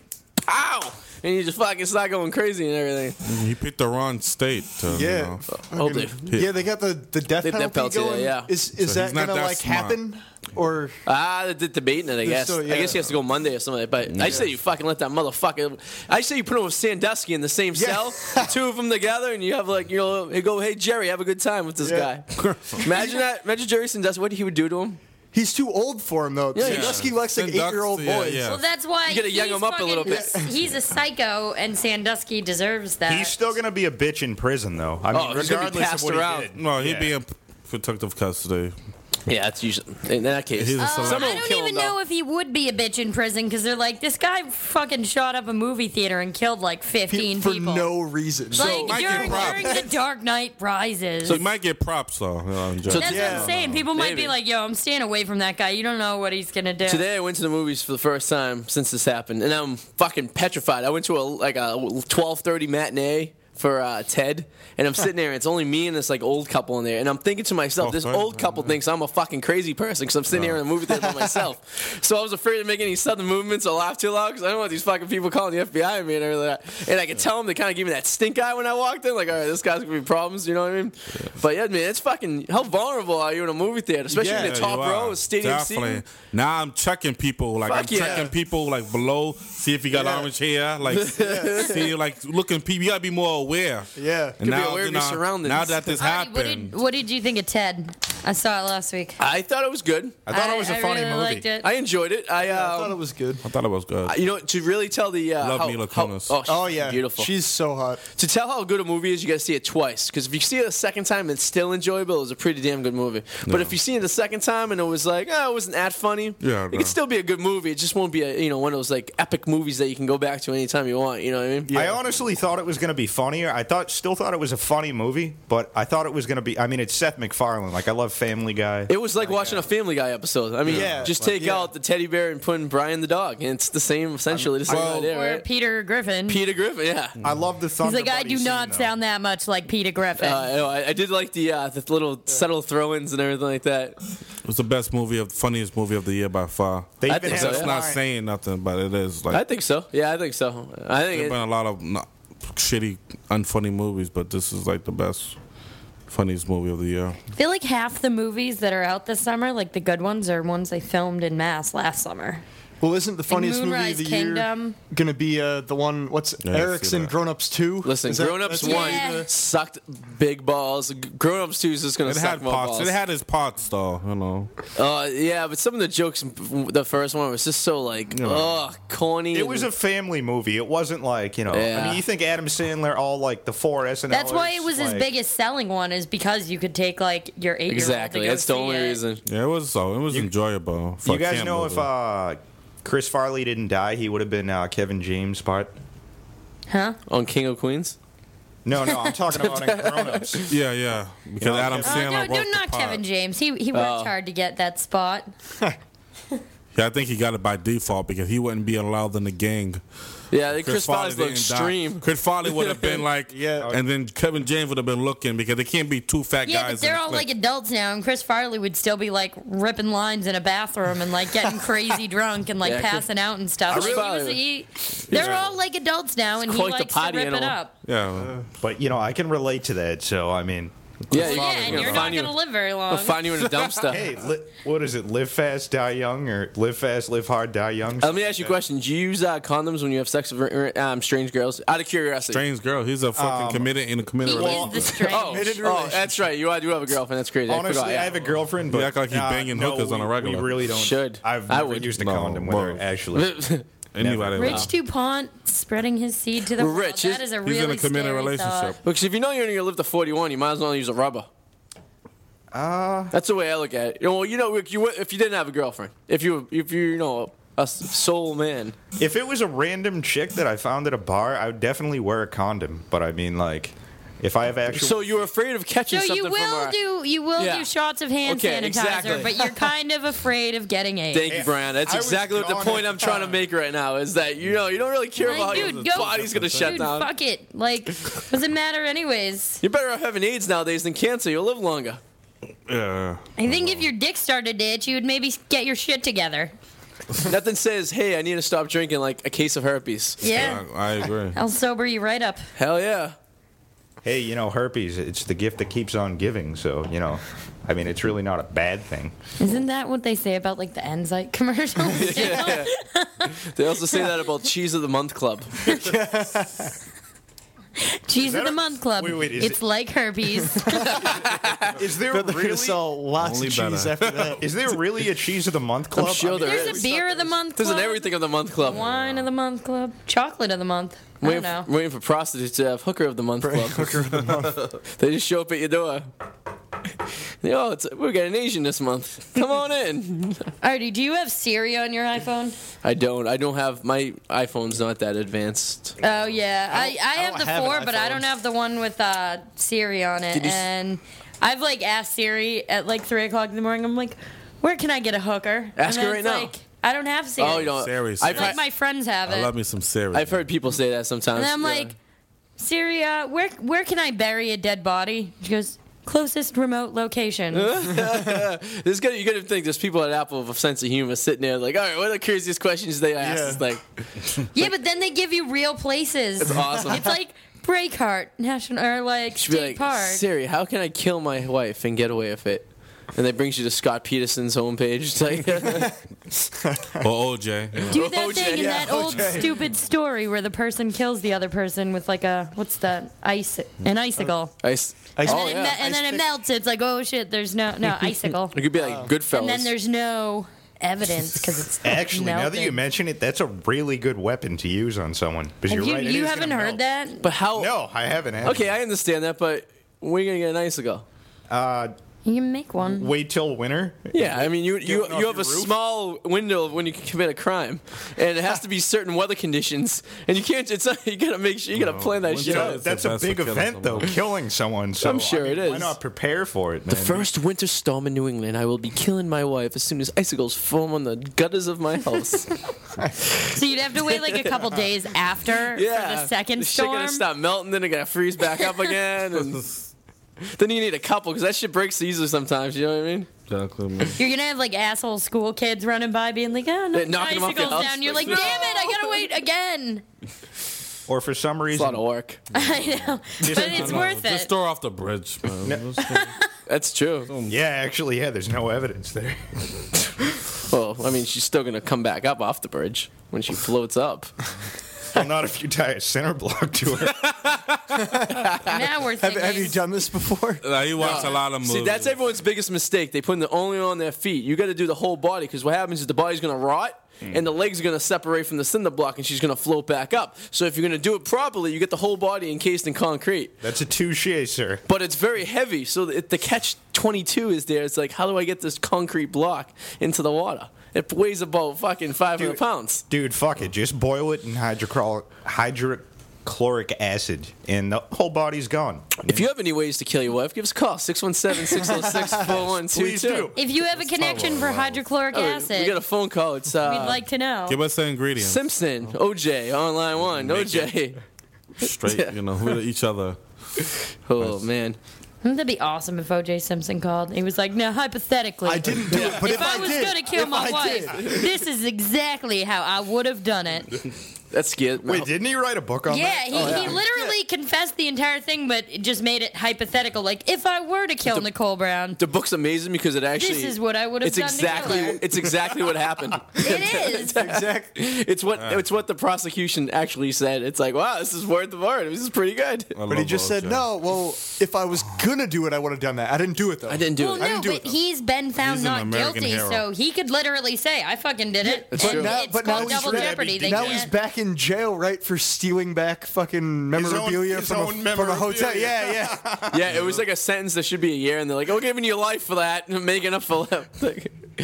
pow, and you just fucking start going crazy and everything. he picked the wrong state. To, you Yeah, know. Oh, dude. yeah, they got the the death They- they penalty, pelted it, going. yeah. Is is So he's that not gonna that like smart. happen or? Ah, they're de- debating it. I guess. so, I yeah. guess he has to go Monday or something. But I say you fucking let that motherfucker. I say you put him with Sandusky in the same Yeah. cell, the two of them together, and you have like you know you go, hey Jerry, have a good time with this Yeah. guy. imagine that. Imagine Jerry Sandusky. What he would do to him. He's too old for him though. Yeah, Yeah, Dusky likes like eight Sandusky, year old yeah, boys. yeah. Well, that's why You gotta young he's him up a little bit. fucking- (laughs) He's a psycho, and Sandusky deserves that. He's still gonna be a bitch in prison, though. I mean, Oh, he's gonna be regardless passed of what around. he did. No, he'd Yeah. be in protective custody. Yeah, that's usually in that case. He's a Uh, celebrity. I will don't kill even him, though. know if he would be a bitch in prison because they're like, this guy fucking shot up a movie theater and killed like Pe- 15 for people. no reason. like Might get during, robbed. during the Dark Knight Rises. So he might get props though. you know, in jail. that's what Yeah. I'm saying. People might Maybe. be like, yo, I'm staying away from that guy. You don't know what he's gonna do. Today I went to the movies for the first time since this happened, and I'm fucking petrified. I went to a like a 12:30 matinee for uh, Ted, and I'm sitting there, and it's only me and this like old couple in there, and I'm thinking to myself, this 12:30, old couple yeah. thinks I'm a fucking crazy person because I'm sitting here in a movie theater by (laughs) myself. so I was afraid to make any sudden movements or laugh too loud because I don't want these fucking people calling the FBI on me and everything. Like that. And I could tell them they kind of gave me that stink eye when I walked in, like, all right, this guy's gonna be problems, you know what I mean? But yeah, man, it's fucking how vulnerable are you in a movie theater, especially in Yeah, the you top are. row, stadium seating. Now I'm checking people. Like Fuck I'm yeah. checking people like below. See if he got Yeah. (laughs) orange hair. Like see like looking people. You gotta be more aware. Yeah. be And now, aware of now, your surroundings. now that this Artie, what did, happened, what did you think of Ted? I saw it last week. I thought it was good. I thought it was a I funny really movie. Liked it. I enjoyed it. I, uh, um, I thought it was good. I thought it was good. you know, to really tell the uh, Love how, Mila how- Kunis. oh, she's Oh yeah, beautiful. She's so hot. to tell how good a movie is, you got to see it twice. Because if you see it a second time and it's still enjoyable, it's a pretty damn good movie. But if you see it the second time and it was like, oh, it wasn't that funny, Yeah, it no. could still be a good movie. It just won't be a you know one of those like epic movies that you can go back to anytime you want. You know what I mean? I honestly thought it was going to be funnier. I thought, still thought it was a funny movie, but I thought it was going to be. I mean, it's Seth MacFarlane. Like, I love Family Guy. It was like watching a Family Guy episode. I mean, Yeah. just take Yeah. out the teddy bear and put in Brian the dog, and it's the same essentially. The same Well- idea, or right? Peter Griffin. Peter Griffin, yeah. I love the He's Thunder like, I Buddy do scene, not though. sound that much like Peter Griffin. Uh, I, know, I- I did like the uh, the little subtle throw-ins and everything like that. it was the best movie of funniest movie of the year by far. They I even think had so, a That's yeah. not line. saying nothing, but it is I like think so. Yeah, I think so. I think there've it- been a lot of no- shitty, unfunny movies, but this is like the best, funniest movie of the year. I feel like half the movies that are out this summer, like the good ones, are ones they filmed in mass last summer. Well, isn't the funniest movie Moonrise of the Kingdom. year gonna be uh, the one? What's Yeah, I see Erickson that. Grown Ups Two? Listen, Is that- Grown Ups that's- One Yeah. sucked big balls. Grown Ups Two is just gonna It suck had more parts. balls. It had its parts, though. You know, uh, yeah, but some of the jokes, in f- the first one was just so like, Yeah. ugh, corny. It and- was a family movie. It wasn't like you know. I Yeah. mean, you think Adam Sandler, all like the four SNL. That's why it was like, his biggest selling one, is because you could take like your eight year old. exactly. That's the only reason. yeah, it was so. It was enjoyable. for You a guys camp know if movie. uh, Chris Farley didn't die, he would have been uh, Kevin James part. Huh? On King of Queens. No, no, I'm talking about in Grown (laughs) Ups. yeah, yeah, because know, Adam Kevin- Uh, Sandler no, wrote no, the not part. Kevin James. He he worked Oh. hard to get that spot. Yeah, I think he got it by default because he wouldn't be allowed in the gang. Yeah, Chris, Chris Farley's the didn't die. extreme. Chris Farley would have (laughs) been like, Yeah. and then Kevin James would have been looking because they can't be two fat Yeah, guys. but they're in a all clique. like adults now, and Chris Farley would still be like ripping lines in a bathroom and like (laughs) getting crazy drunk and like Yeah, Chris- passing out and stuff. Chris Like, he was- Farley- he- they're all like adults now, and he quite the likes to potty rip it animal. up. yeah. But you know, I can relate to that. So I mean, Yeah, Yeah, you- and you know, you're not find gonna you, live very long. they'll find you in a dumpster. (laughs) hey, li- what is it? Live fast, die young, or live fast, live hard, die young? Let me ask you a question. Do you use uh, condoms when you have sex with um, strange girls? Out of curiosity. Strange girl. He's a Um, fucking committed in a committed He relationship. is the (laughs) strange. Oh, Committed oh, that's right. You, I do have a girlfriend. That's crazy. Honestly, I, forgot, yeah. I have a girlfriend, but uh, act like you banging no, hookers on a we- regular. We really don't. Should. I've I never would. used a No, condom with her (laughs) well. actually. Anybody Rich else. DuPont spreading his seed to the world. Rich, that he's- is a He's really in a committed scary relationship. thought. Because if you know you're only going to live to 41, you might as well use a rubber. Uh. Ah. That's the way I look at it. You know, Well, you know, if you, if you didn't have a girlfriend, if you if you you know a s- soul man, if it was a random chick that I found at a bar, I would definitely wear a condom. But I mean, like, if I have actual, so you're afraid of catching So something you from will our- do you will Yeah. do shots of hand Okay, sanitizer, exactly. (laughs) but you're kind of afraid of getting AIDS. Thank you, Brian. That's I was exactly what the gone point at I'm the trying to time. make right now is that you know you don't really care about Like, how dude, your go- body's going to shut Dude, down. fuck it. Like, doesn't matter anyways. You're better off having AIDS nowadays than cancer. You'll live (laughs) longer. Yeah. I think if your dick started to itch, you would maybe get your shit together. Nothing says, "Hey, I need to stop drinking," like a case of herpes. Yeah. I, I agree. I'll sober you right up. Hell yeah. hey, you know, herpes, it's the gift that keeps on giving. So you know, I mean, it's really not a bad thing. Isn't that what they say about like the Enzyte commercials? They also say that about Cheese of the Month Club. (laughs) Cheese of that the a- Month Club. Wait, wait, is it's it- like herpes. Is there They're gonna sell lots Only of cheese better. after that. Is there really a cheese of the month club? sure there is. There's a beer of the month There's club. an everything of the month club. Wine of the month club. Chocolate of the month. I Waiting, don't know. For, waiting for prostitutes to have hooker of the month club. Hooker of the month. (laughs) they just show up at your door. (laughs) Yo, it's, we got an Asian this month. Come on in. Artie, do you have Siri on your iPhone? I don't. I don't have my iPhone's not that advanced. Oh yeah, I, I, have don't the have an four, but I iPhone. don't have the one with uh, Siri on it. Did you s- And I've like asked Siri at like three o'clock in the morning. I'm like, where can I get a hooker? Ask and then her right it's now. Like, I don't have Siri. Oh, you don't. Serious. I've, Like heard- my friends have I it. love me some serious. I've heard people say that sometimes. and I'm yeah. like, Siri, uh, where where can I bury a dead body? She goes, closest remote location. There's gonna, you're gonna think there's people at Apple with a sense of humor sitting there like, all right, what are the craziest questions they ask? Yeah. It's (laughs) like, yeah, but then they give you real places. It's awesome. It's like Breakheart National or like she'd be State like, Park. Siri, how can I kill my wife and get away with it? and that brings you to Scott Peterson's homepage. (laughs) It's (laughs) like, Or (laughs) OJ. you know. Do that thing in yeah, that old OJ. stupid story where the person kills the other person with like a what's that ice an icicle. ice. Uh, Ice- oh and it yeah. me- and then it melts. It's like oh shit, there's no (laughs) no icicle. It could be like Goodfellas. and then there's no evidence because it's (laughs) Actually, now that you melting. mention it, that's a really good weapon to use on someone. Because Have you're you, right. it you is gonna haven't heard melt. that. but how? No, I haven't. actually. Okay, I understand that, but we're gonna get an icicle. You can make one. Wait till winter. Yeah, I mean, you you, Jumping off you have a your roof? small window of when you can commit a crime, and it has to be certain weather conditions, and you can't. It's not, you gotta make sure you gotta No, plan that winter shit is out. the That's a best for big killing event, though, someone. killing someone. So I'm sure I mean, it Why is. not prepare for it? The man? first winter storm in New England, I will be killing my wife as soon as icicles form on the gutters of my house. So you'd have to wait like a couple days after yeah, for the second the shit storm. gonna stop melting, then it gotta freeze back up again, (laughs) and then you need a couple because that shit breaks easily sometimes. You know what I mean? Exactly, man. You're gonna have like asshole school kids running by, being like, "Oh, no, They're knocking 'em off your icicles house. down." You're like, "Damn it, I gotta wait again." (laughs) Or for some It's a lot of reason, work. I know, but it's No, worth Just it. throw off the bridge, man. Just throw- That's true. yeah, actually, yeah. There's no evidence there. (laughs) Well, I mean, she's still gonna come back up off the bridge when she floats up. well, not if you tie a center block to it. (laughs) (laughs) Now we're Have, thinking. (laughs) have you done this before? Nah, you watch a lot of movies. See, that's everyone's biggest mistake. They put the only on their feet. You got to do the whole body because what happens is the body's going to rot and the legs are going to separate from the cinder block and she's going to float back up. So if you're going to do it properly, you get the whole body encased in concrete. That's a touche, sir. But it's very heavy, so the, the catch 22 is there. It's like, how do I get this concrete block into the water? It weighs about fucking 500 Dude. pounds. Dude, fuck it. Just boil it in hydrochlor- hydrochloric acid, and the whole body's gone. If you have any ways to kill your wife, give us a call 617 606 Please do. 4122. If you have a connection for hydrochloric Oh, acid, We got a phone call. It's uh, we'd like to know. Give us the ingredients. Simpson, OJ, Online One, OJ. Straight, Yeah. you know, with each other. Oh man, Wouldn't that Hmm, be awesome if O.J. Simpson called? He was like, "No, hypothetically, I didn't do it, but if, if I was did, gonna kill if my I wife, did- this is exactly how I would have done (laughs) it." that's good. Wait, didn't he write a book on Yeah, that? he, "Oh, he literally confessed the entire thing, but it just made it hypothetical. Like, if I were to kill Nicole Brown, the book's amazing because it actually. this is what I would have It's done exactly. to kill her. It's exactly what happened. (laughs) (laughs) It (laughs) is. exactly. It's what. It's what the prosecution actually said. It's like, wow, this is worth the word. This is pretty good. I But he love just those said, shows. no, well, if I was gonna do it, I would have done that. I didn't do it, though. I didn't do Well, it. no, I didn't do it, but though. he's been found He's an not American guilty, hero. so he could literally say, "I fucking did it." that's And true. Now, it's but now called he's, double back- jeopardy. They now can't. he's back in jail, right, for stealing back fucking own- memorabilia, his from, own a, from memorabilia. a hotel. Yeah, yeah. (laughs) Yeah, it was like a sentence that should be a year, and they're like, "Oh, giving you life for that, (laughs) and making up for (laughs) like,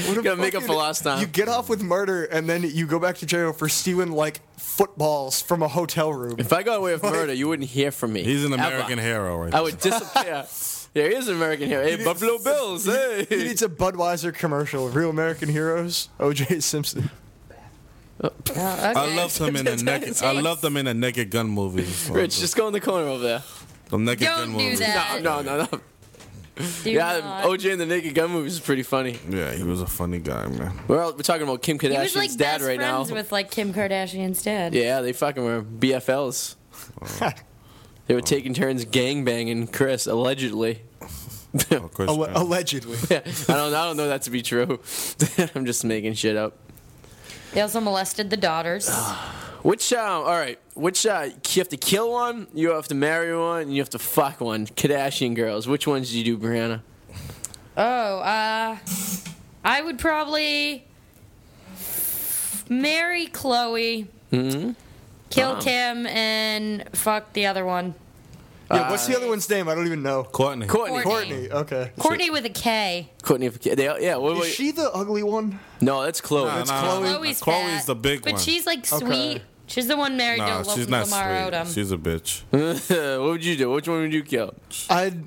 What a gotta make up fucking- for last You time." get off with murder, and then you go back to jail for stealing like footballs from a hotel room. if I got away with murder, you wouldn't hear from me. He's an ever. American hero, right? I would (laughs) disappear. yeah, he is an American hero. Hey, Buffalo Bills. Hey. He needs a Budweiser commercial. Real American heroes. (laughs) O.J. Simpson. Oh, okay. I loved him in a naked. I loved him in a naked gun movie. Rich, just go in the corner over there. the naked Don't gun do movie. that. No, no, no, no. Do Yeah, not. OJ and the Naked Gun movies is pretty funny. Yeah, he was a funny guy, man. We're, all, we're talking about Kim He Kardashian's was like dad best right now. friends with like Kim Kardashian's dad. yeah, they fucking were BFLs. they were taking turns gangbanging Chris, allegedly. (laughs) Of course, Oh, Alle- Oh, man. allegedly. I don't, I don't know that to be true. (laughs) I'm just making shit up. They also molested the daughters. Which, uh, all right, which uh, you have to kill one, you have to marry one, and you have to fuck one. Kardashian girls. Which ones do you do, Brianna? Oh, uh, I would probably marry Chloe, Mm-hmm. kill Kim, and fuck the other one. Yeah, what's the other one's name? I don't even know. Courtney. Courtney. Courtney. Okay. Courtney with a K. Courtney. They, yeah. What, Is what, she the ugly one? no, that's Chloe. Nah, That's nah, Chloe. nah. Chloe's Chloe's fat, the big but one. she's like sweet. Okay. She's the one married Nah, to Lo- she's not Lamar sweet. Odom. She's a bitch. Hmm? (laughs) what would you do? Which one would you kill? I'd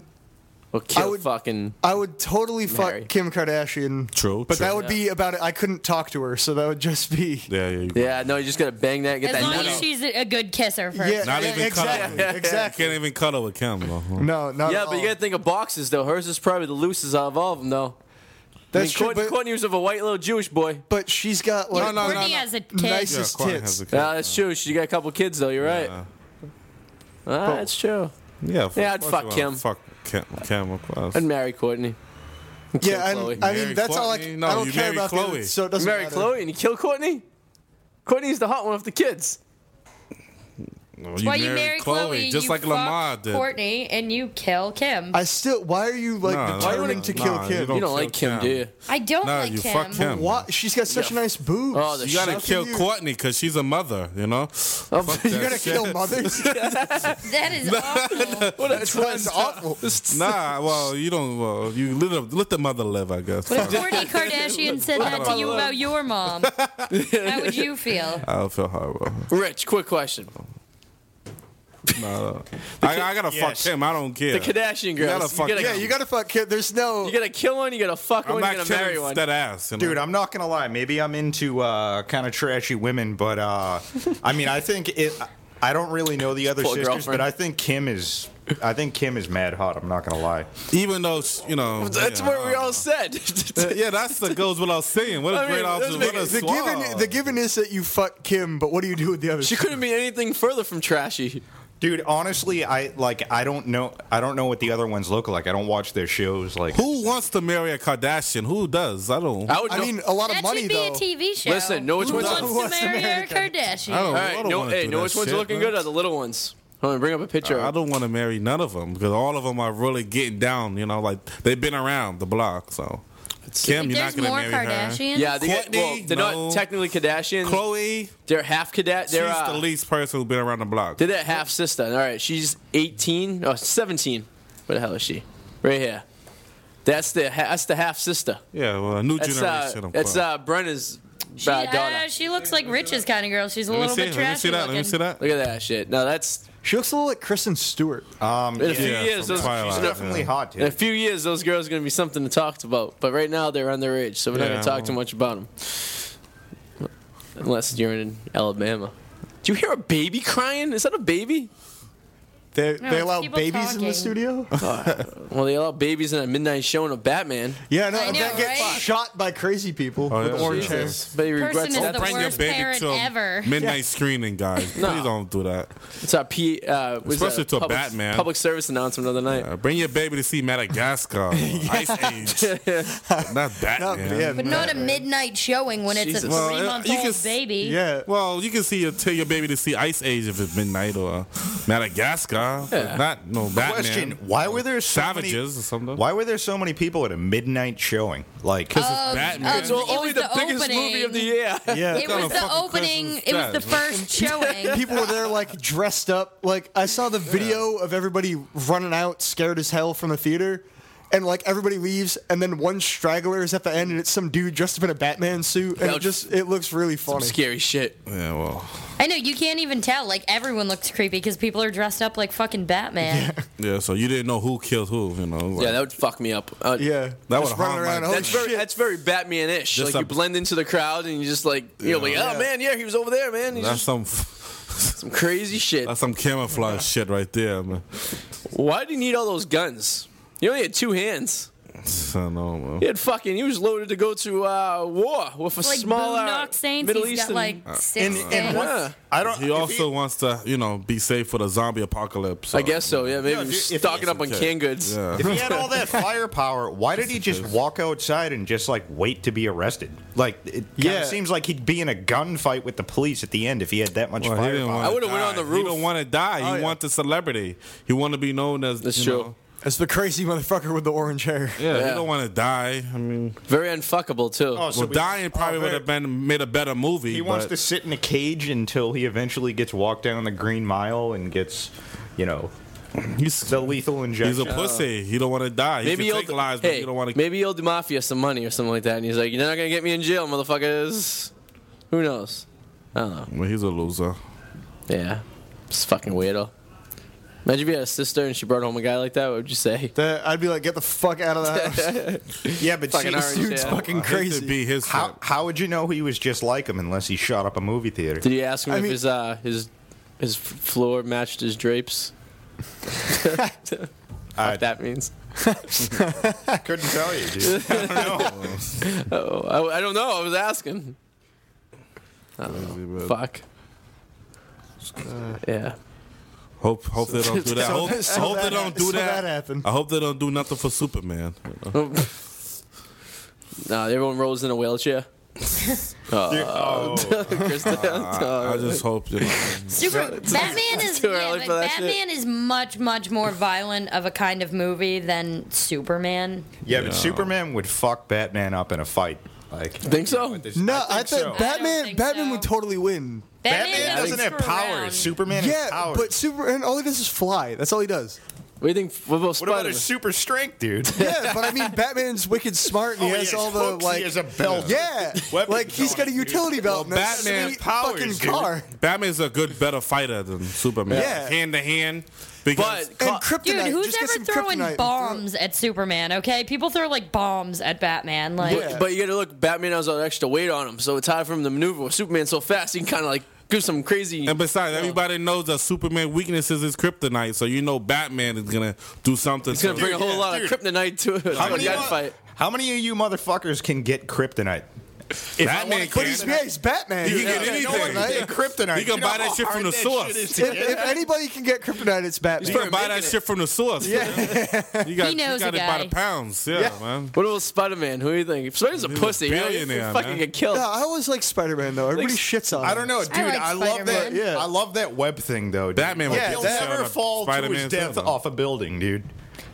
Well, kill would- fucking. I would totally fuck Marry. Kim Kardashian. True, But true. that would be about it. I couldn't talk to her, so that would just be. Yeah, yeah. You Yeah, no, you just gotta bang that, get that as long nut as out. she's a a good kisser first. Yeah, Not yeah, even cut out. exactly. Exactly. can't even cuddle with Kim though. No, not Yeah, at but you all. gotta think of boxes though. Hers is probably the loosest out of all of them though. I mean, That's true. Courtney, but, Courtney was of a white little Jewish boy. but she's got like no, Courtney has a kid. Yeah, nicest Courtney tits. has a kid. Yeah, that's true. She got a couple kids though. You're right. Ah, that's true. Yeah, Yeah, I'd course fuck you wanna Kim. Fuck Kim. Kim, of course. I'd marry Courtney. yeah, I'm- Chloe. I mean Marry that's all I, Courtney? c- No, I don't you care marry about. the Chloe. others, so it You doesn't marry matter. Chloe and you kill Courtney? Courtney's the hot one of the kids. Well, Why you marry Chloe, just you like Lamar fuck did. Courtney, and you kill Kim. I, I still. Why are you like Nah, determining nah, to nah, kill you Kim? don't You don't kill like Kim, Kim. do you? don't No, like you Kim. fuck Kim. Why? She's got such Yeah. nice boobs. Oh, the You gotta Shut kill you. Courtney because she's a mother, you know. Fuck (laughs) you that you gotta shit. kill (laughs) mothers. That is awful. What a That's awful. Nah, well, you don't. Well, you let, her- let the mother live, I guess. What if Fuck. Kourtney Kardashian said that to you about your mom? How would you feel? I don't feel horrible. Rich, quick question. No, I, I gotta Yes. fuck Kim. I don't The care. Kardashian girls. gotta fuck- yeah, you gotta fuck Kim. There's no. You gotta kill one, you gotta fuck I'm one, you not gotta marry killing one. that ass, you know? Dude, I'm not gonna lie. Maybe I'm into uh, kind of trashy women, but uh, I mean, I think it. I don't really know the other Poor sisters, girlfriend. but I think Kim is. I think Kim is mad hot. I'm not gonna lie. Even though sh- you know, That's yeah, what we I all don't said. (laughs) know. Yeah, that's the goes without saying. What a I mean, great let's option. make What a it- The given, swab. the given is that you fuck Kim, but what do you do with the other? she couldn't be anything further from trashy. Dude, honestly, I like. I don't know. I don't know what the other ones look like. I don't watch their shows. Like, Who wants to marry a Kardashian? Who does? I don't. I would I know- mean, a lot of That money should be though. a TV show. Listen, know which Who one's- wants Who wants to to marry marry a Kardashian? I don't- all right, no, wanna hey, do know that which one's shit, Uh, looking man. good? Are the little ones? Hold on, bring up a picture. I don't want to marry none of them because all of them are really getting down. You know, like they've been around the block. So Kim, you're not There's gonna more marry her. Kardashians. yeah, they got- Kourtney, well, they're no. not technically Kardashians. Chloe, They're half Kardashian. she's They're, uh, the least person who's been around the block. they're that half sister. All right, she's 18, oh, 17. Where the hell is she? Right here. That's the ha- that's the half sister. yeah, well, a new That's generation. uh, of that's fuck. uh, Brenna's She, uh, daughter. uh, she looks like Rich's kind of girl. She's a let me little see. bit Let me trashy see that. Let me see looking. that. Look at that shit. No, that's She looks a little like Kristen Stewart. um, in a yeah, few Yeah, years. from Those, Twilight. she's definitely Yeah. hot, dude. in a few years, those girls are gonna be something to talk about. But right now, they're underage, so we're not Yeah, gonna talk too well. much about them. Unless you're in Alabama. Do you hear a baby crying? Is that a baby? They, No, they it's allow people babies in talking. the studio. (laughs) Well, they allow babies in a midnight showing of Batman. (laughs) yeah, no, I know, that gets right? shot by crazy people Oh, with yeah. orange hair. Jesus. But he regrets is that. the Bring your worst baby parent to ever. midnight screening, guys. No. Please don't do that. It's our P. Uh, was Especially that to a public, Batman. Public service announcement of the (laughs) night. Uh, bring your baby to (laughs) see Madagascar, Ice Age, not No, Batman. yeah, But not a midnight showing when it's Jesus. a Well, uh, three month you can old s- baby. yeah. Well, you can see your, tell your baby to see Ice Age if it's midnight or Madagascar, Yeah. not no Batman. Question: Why were there so Savages many, or something. Why were there so many people at a midnight showing? Like, Because it's Batman. um, So It only was the, the biggest movie of the year. (laughs) Yeah. It kind was of the fucking opening. Christmas It was the is that? first showing. (laughs) People were there like dressed up. Like I saw the video of everybody running out, scared as hell from the theater, and like everybody leaves, and then one straggler is at the end, and it's some dude dressed up in a Batman suit, and That it just it looks really funny. Scary shit. yeah, well, I know you can't even tell. Like everyone looks creepy because people are dressed up like fucking Batman. yeah. So you didn't know who killed who, you know? like- Yeah, that would fuck me up. Uh, Yeah, That Just would've harmed running my- around. Oh That's very, shit! that's very Batman-ish. Just like you a- blend into the crowd and you just like you're like, oh Yeah. man, yeah, he was over there, man. He's that's just some some crazy shit. that's some camouflage shit right there, man. Why do you need all those guns? You only had two hands. I don't know, man. He had fucking. He was loaded to go to uh, war with a (laughs) Like small uh, Boondock Saints. Middle he's got Eastern. uh, like six and- things. and what- yeah. I don't. He if also wants to, you know, be safe for the zombie apocalypse. I guess so. Yeah, maybe Yeah, he if was he- stocking up on Okay. canned goods. Yeah. If he had all (laughs) that firepower, why did he just walk outside and just like wait to be arrested? Like it kinda Yeah. seems like he'd be in a gunfight with the police at the end if he had that much Well, he didn't firepower. want I would've went on the He roof. Oh, don't want to die. He yeah. wants a celebrity. He want to be known as. That's you true. Know, It's the crazy motherfucker with the orange hair. yeah, Yeah. he don't want to die. I mean, Very unfuckable too. Oh, so well, we- dying probably oh, would very- have been made a better movie. He wants but- to sit in a cage until he eventually gets walked down the green mile and gets, you know, He's, the lethal he's injection. a pussy. He don't want to die. He maybe can he'll take lives, but hey, he don't want to. maybe he owed the mafia some money or something like that, and he's like, "You're not gonna get me in jail, motherfuckers." Who knows? I don't know. Well, he's a loser. Yeah, it's fucking weirdo. Imagine if you had a sister and she brought home a guy like that. What would you say? That I'd be like, get the fuck out of the house. yeah, but Fucking see, orange Dude's Yeah. fucking Hate to crazy. be his. how friend. how would you know he was just like him unless he shot up a movie theater? Did you ask him I if mean- his uh, his his floor matched his drapes? I (laughs) What that means? couldn't tell you, dude. I don't know. Oh, I, I don't know. I was asking. Fuck. Uh. Yeah. Hope hope (laughs) they don't do that. So- hope so hope they that- don't do so that. that happened. I hope they don't do nothing for Superman. you know. Uh, everyone rolls in a wheelchair. oh, Krista, I just hope you know. Super Batman (laughs) is too yeah, early like for that Batman is much much more violent of a kind of movie than Superman. Yeah, but Superman would fuck Batman up in a fight. (laughs) Like think so? No, I think, so. I don't Batman. think Batman so. would totally win. Batman doesn't have screw powers. around. Superman yeah, has powers. but Superman all he does is fly. That's all he does. What do you think? What about what about Spider? his super strength, dude? Yeah, but I mean, Batman's wicked smart and Oh, he he has has all the hooks, he like. has a belt. Yeah, Weapons like he's got a going, dude. utility belt. Well, and a Batman sweet powers, fucking dude. car. (laughs) Batman's a good, better fighter than Superman. Yeah. hand to hand. Because But- And kryptonite. Dude, who's just get ever some throwing kryptonite and throw- bombs at Superman? Okay, people throw like bombs at Batman. Like, Yeah. But you got to look. Batman has all that extra weight on him, so it's hard for him to maneuver. With Superman so fast, he can kind of like do some crazy. and besides, everybody knows that Superman weakness is his kryptonite, so you know Batman is gonna do something. It's gonna to- bring a whole lot dude. of kryptonite to it. How many of- fight? How many of you motherfuckers can get kryptonite? If I wanna Batman But he's, can. yeah, he's Batman. You dude. can get Yeah, no anything. one can Get get kryp- kryptonite. You can buy that how shit from hard the that source. shit is to (laughs) If, if anybody can get kryptonite, it's You Batman. can buy that shit from the source. Yeah. (laughs) (laughs) You got, He knows you got a it by the guy. pounds. Yeah, Yeah. man. What about Spider Man? Who do you think? If Spider-Man's a a pussy. man, He'll billionaire, fucking man. get killed. No, I always like Spider-Man though. Everybody shits on. I him. don't know, dude. I like I, love that. Spider-Man. Yeah. I love that web thing though. Dude. Batman would yeah, kill he'll the shit out never of fall to his Spider-Man, death too, though. off a building, dude.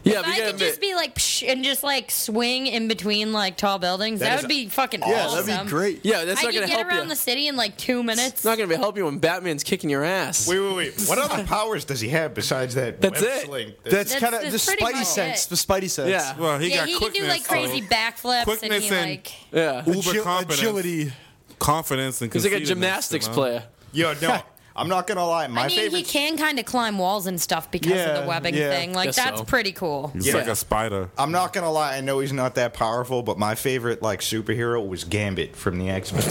yeah, if but you I gotta could just admit, be like psh, and just like swing in between like tall buildings, that, That is- would be fucking Yeah, awesome. that'd be great. yeah, that's I not could gonna get help around you. the city in like two minutes. It's not gonna be help you when Batman's kicking your ass. Wait, wait, wait. (laughs) What other powers does he have besides that? That's web it. sling? That's, That's- kind of the that's pretty Spidey much sense. it. The Spidey sense. Yeah. Well, he yeah, got he can quickness, do like so crazy backflips, and Quickness he and- like. yeah. Uber Agil- confidence, agility. confidence, and He's like a conceitedness, gymnastics you know? player. Yo, no. I'm not gonna lie. My I mean, favorite. he can kind of climb walls and stuff because of Yeah, the webbing yeah. thing. Like, Guess that's so. pretty cool. He's Yeah. like a spider. I'm not gonna lie. I know he's not that powerful, but my favorite like superhero was Gambit from the X Men.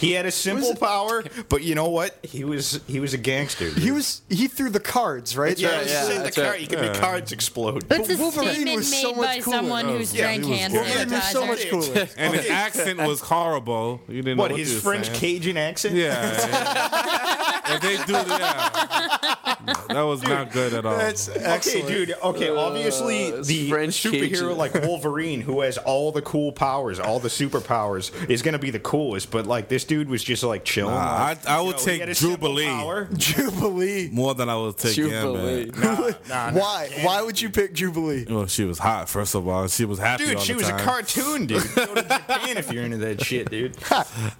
he had a simple power, but you know what? He was he was a gangster. He was he threw the cards right. Yeah, That he was yeah, said sick. the that's right. car- he could make cards explode. That's a Wolverine statement was made so much by cooler. someone Oh, who's yeah, drank he was hand good. Wolverine Wolverine was so much sanitizer. cooler. And his accent was horrible. You didn't what know what he his was French saying. Cajun accent? Yeah. if they do that, that was not good at all. That's Okay, excellent. dude. Okay, obviously the French superhero Cajun. like Wolverine, who has all the cool powers, all the superpowers, is gonna be the coolest. But like this dude was just like chilling. I, like, I you would know, he take had a simple Jubilee power. Jubilee. more than I would take Jubilee. Gambit. Why? Why would you pick Jubilee? Well, she was hot, first of all. She was happy. Dude, all she the was a time. cartoon, (laughs) dude. Go to Japan if you're into that shit, dude.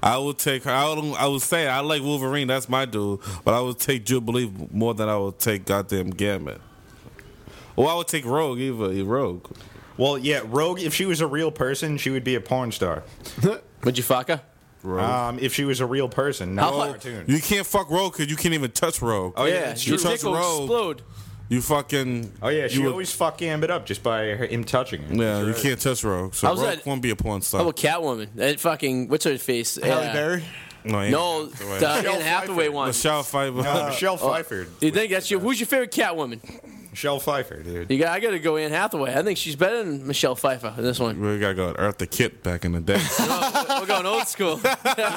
I would take her. I would, I would say I like Wolverine. That's my dude. But I would take Jubilee more than I would take goddamn Gambit. Or I would take Rogue either. eh, Rogue. Well, yeah, Rogue. If she was a real person, she would be a porn star. Would you fuck her? Rogue. Um, if she was a real person, not a cartoon. you can't fuck Rogue because you can't even touch Rogue. Oh, yeah, Yeah, that's your true. dick will Rogue. explode. You fucking. Oh yeah, she you would- always fuck Gambit up just by her, him touching her. Yeah, you can't touch Rogue. So I was Rogue at- won't be a porn star. How about Catwoman? That fucking what's her face? Halle Yeah. Berry. no, Anne No, Hathaway. the Anne Hathaway Pfeiffer. one. Michelle Pfeiffer. Uh, Michelle Pfeiffer. You think that's your? Who's your favorite Catwoman? Michelle Pfeiffer, dude. You got, I gotta go Anne Hathaway. I think she's better than Michelle Pfeiffer in this (laughs) one. we gotta go to Earth the Kit back in the day. We're going old school.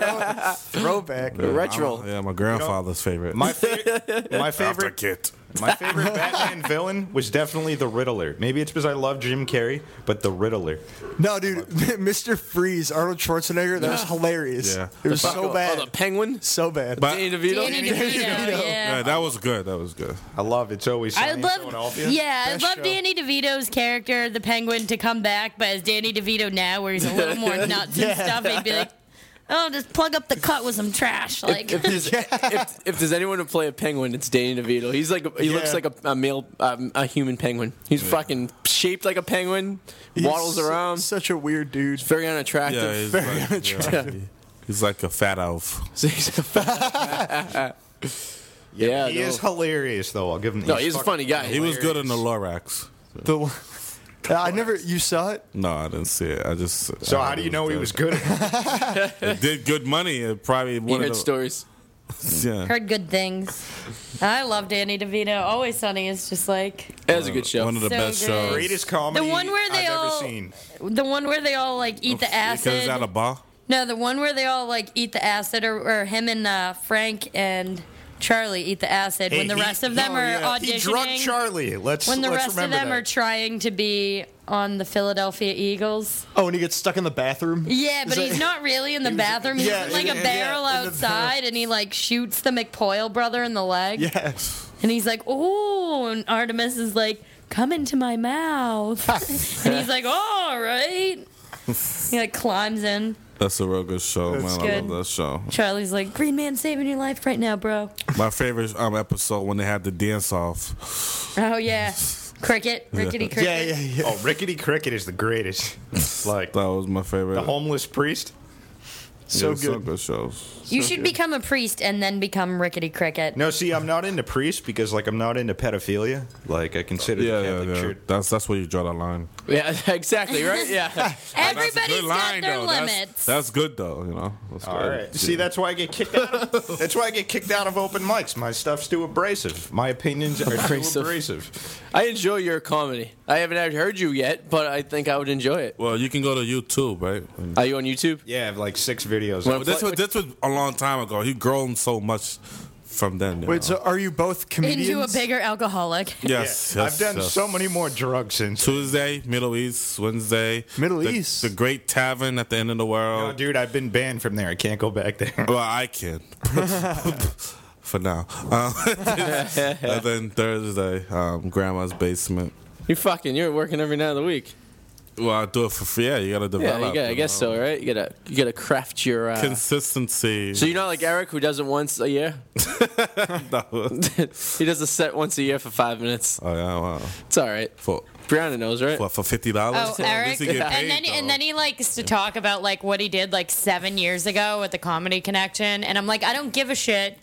Throwback. (laughs) Retro. I'm- yeah, my grandfather's favorite. (laughs) My favorite. My Earth the favorite. Kit. My (laughs) favorite Batman villain was definitely the Riddler. Maybe it's because I love Jim Carrey, but the Riddler. No, dude, (laughs) Mr. Freeze, Arnold Schwarzenegger. That was hilarious. Yeah. It was Fuck, so oh, bad. Oh, the Penguin. so bad. But- Danny DeVito. Danny DeVito, Yeah, yeah. that was good. That was good. I love it's always sunny I in love, Philadelphia. yeah, I Best love show. Danny DeVito's character, the Penguin, to come back, but as Danny DeVito now, where he's a little more nuts and stuff, he'd be like, "Oh, just plug up the cut with some trash." Like, If there's, if, if there's anyone to play a penguin, it's Danny DeVito. He's like he looks Yeah. like a, a male, um, a human penguin. He's fucking shaped like a penguin, He's waddles su- around, Such a weird dude. very unattractive. Yeah, he's Very like, yeah, he's like a fat elf. So (laughs) he's a yeah, he no. is hilarious though. I'll give him. no, he's a funny guy. He was good in the Lorax. The, (laughs) I never. You saw it? No, I didn't see it. I just. So I how do you know he was good? good? It did good money. It probably He one heard of the, stories. yeah, heard good things. I love Danny DeVito. Always Sunny is just like That was a good show. one of the So best good. shows. Greatest comedy The one where they I've all- ever seen. the one where they all like eat the Because acid. at a bar. No, the one where they all like eat the acid, or, or him and uh, Frank and Charlie eat the acid when the He- rest of them oh, are yeah. auditioning. He drunk Charlie. Let's when the let's rest of remember them that. are trying to be on the Philadelphia Eagles. Oh, and he gets stuck in the bathroom. (laughs) Yeah, but Is he's that- not really in the bathroom. He's yeah, in like yeah, a yeah, barrel in the outside, and he like shoots the McPoyle brother in the leg. Yeah. And he's like, "Oh," and Artemis is like, "Come into my mouth." (laughs) and he's like, "All right." He like climbs in. That's a real good show, man. I good. love that show. Charlie's like, "Green man saving your life right now, bro." My favorite um, episode when they had the dance off. Oh yeah, cricket, rickety cricket. Yeah, yeah, yeah. Oh, Rickety Cricket is (laughs) the greatest. like That was my favorite. the homeless priest. So Yeah, good. shows. You should become a priest and then become rickety cricket. No, see, I'm not into priest because like I'm not into pedophilia. Like I consider Yeah, the yeah, Catholic yeah. Church. That's that's where you draw the line. (laughs) Yeah, (laughs) exactly, right? (laughs) Yeah. That's a good Everybody's got line, their though. That's- limits. That's, good though, you know. That's All good. right. See, Yeah. that's why I get kicked out. (laughs) Of, that's why I get kicked out of open mics. My stuff's too abrasive. My opinions are too Abrasive. abrasive. I enjoy your comedy. I haven't actually heard you yet, but I think I would enjoy it. Well, you can go to YouTube, right? And- Are you on YouTube? Yeah, I have like six videos. Well, this was what- this was a long time ago. He grown so much from then. you know. Wait, so are you both comedians? Into a bigger alcoholic. yes, Yeah, yes, I've done yes. so many more drugs since. Tuesday, Middle East, Wednesday, Middle the- East. the Great Tavern at the end of the Oh, world. dude, I've been banned from there. I can't go back (laughs) there. Well, I can. (laughs) For now, um, (laughs) and then Thursday, um, Grandma's basement. You're fucking. You're working every night of the week. Well, I do it for free. Yeah, you gotta Yeah, develop. you gotta, I you guess know. so, right? You gotta, you gotta craft your. Uh, Consistency. so you're not like Eric, who does it once a (laughs) year. (laughs) he does a set once a year for five minutes. oh yeah, wow. It's all right. For Brianna knows, right? what? For fifty dollars? Oh, Eric, and then and then he likes to talk about like what he did like seven years ago at the Comedy Connection, and I'm like, I don't give a shit.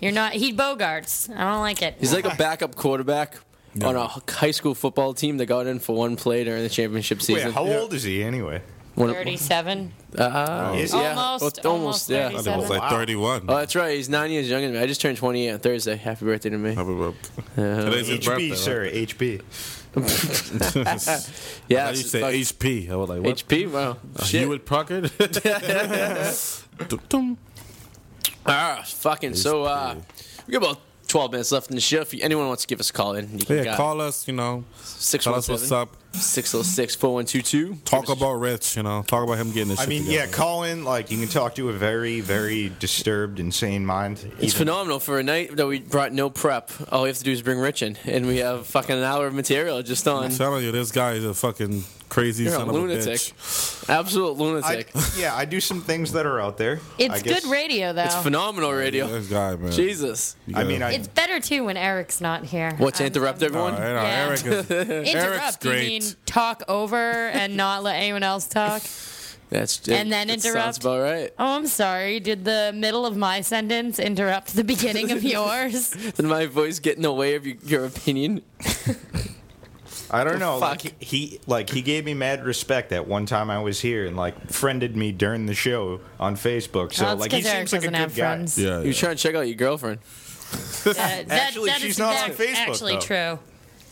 You're not. He Bogarts. I don't like it. He's like a backup quarterback on a h- high school football team that got in for one play during the championship Wait, season. how old is he anyway? One- uh, Thirty-seven. Oh. Is yeah, Almost, well, almost yeah. I think it was like Wow. thirty-one. Oh, that's right. He's nine years younger than me. I just turned 28 on Thursday. Happy birthday to me. Happy birthday. Today's he? his HB, birthday, sir, HB. right? Yeah, How do you it's say fuck- HP? I was like, what? HP. Wow. Oh, Shit. Oh, You would (laughs) (laughs) pocket? Dum-dum. ah, fucking. So, uh, we got about 12 minutes left in the show. If you- anyone wants to give us a call in, you can uh, yeah, call us, you know. Tell us what's up. 606 4122. Talk about Rich, you know. Talk about him getting his I shit mean, yeah, together. call in. Like, you can talk to a very, very disturbed, insane mind. It's phenomenal for a night that we brought no prep. All we have to do is bring Rich in, and we have fucking an hour of material just on. I'm telling you, this guy is a fucking crazy You're a son of a lunatic. bitch. Absolute I, lunatic. (laughs) yeah, I do some things that are out there. I It's guess- good radio though. It's phenomenal radio. This guy, man. Jesus. I mean, I, It's better too when Eric's not here. What, to Um, interrupt everyone? All right, all right, Yeah. Eric (laughs) is, Eric's Interrupt? You great. mean talk over and not let anyone (laughs) else talk? That's And then that Sounds interrupt? about right. Oh, I'm sorry. Did the middle of my sentence interrupt the (laughs) beginning of yours? Did my voice get in the way of your, your opinion? I don't know. fuck? Like he, like he gave me mad respect that one time I was here and like friended me during the show on Facebook. So Well, it's like he 'cause Eric seems like a doesn't good have guy. friends. yeah, You yeah. were trying to check out your girlfriend. That- that- Uh, Actually, that she's is not on ac- Facebook, Actually, though. true.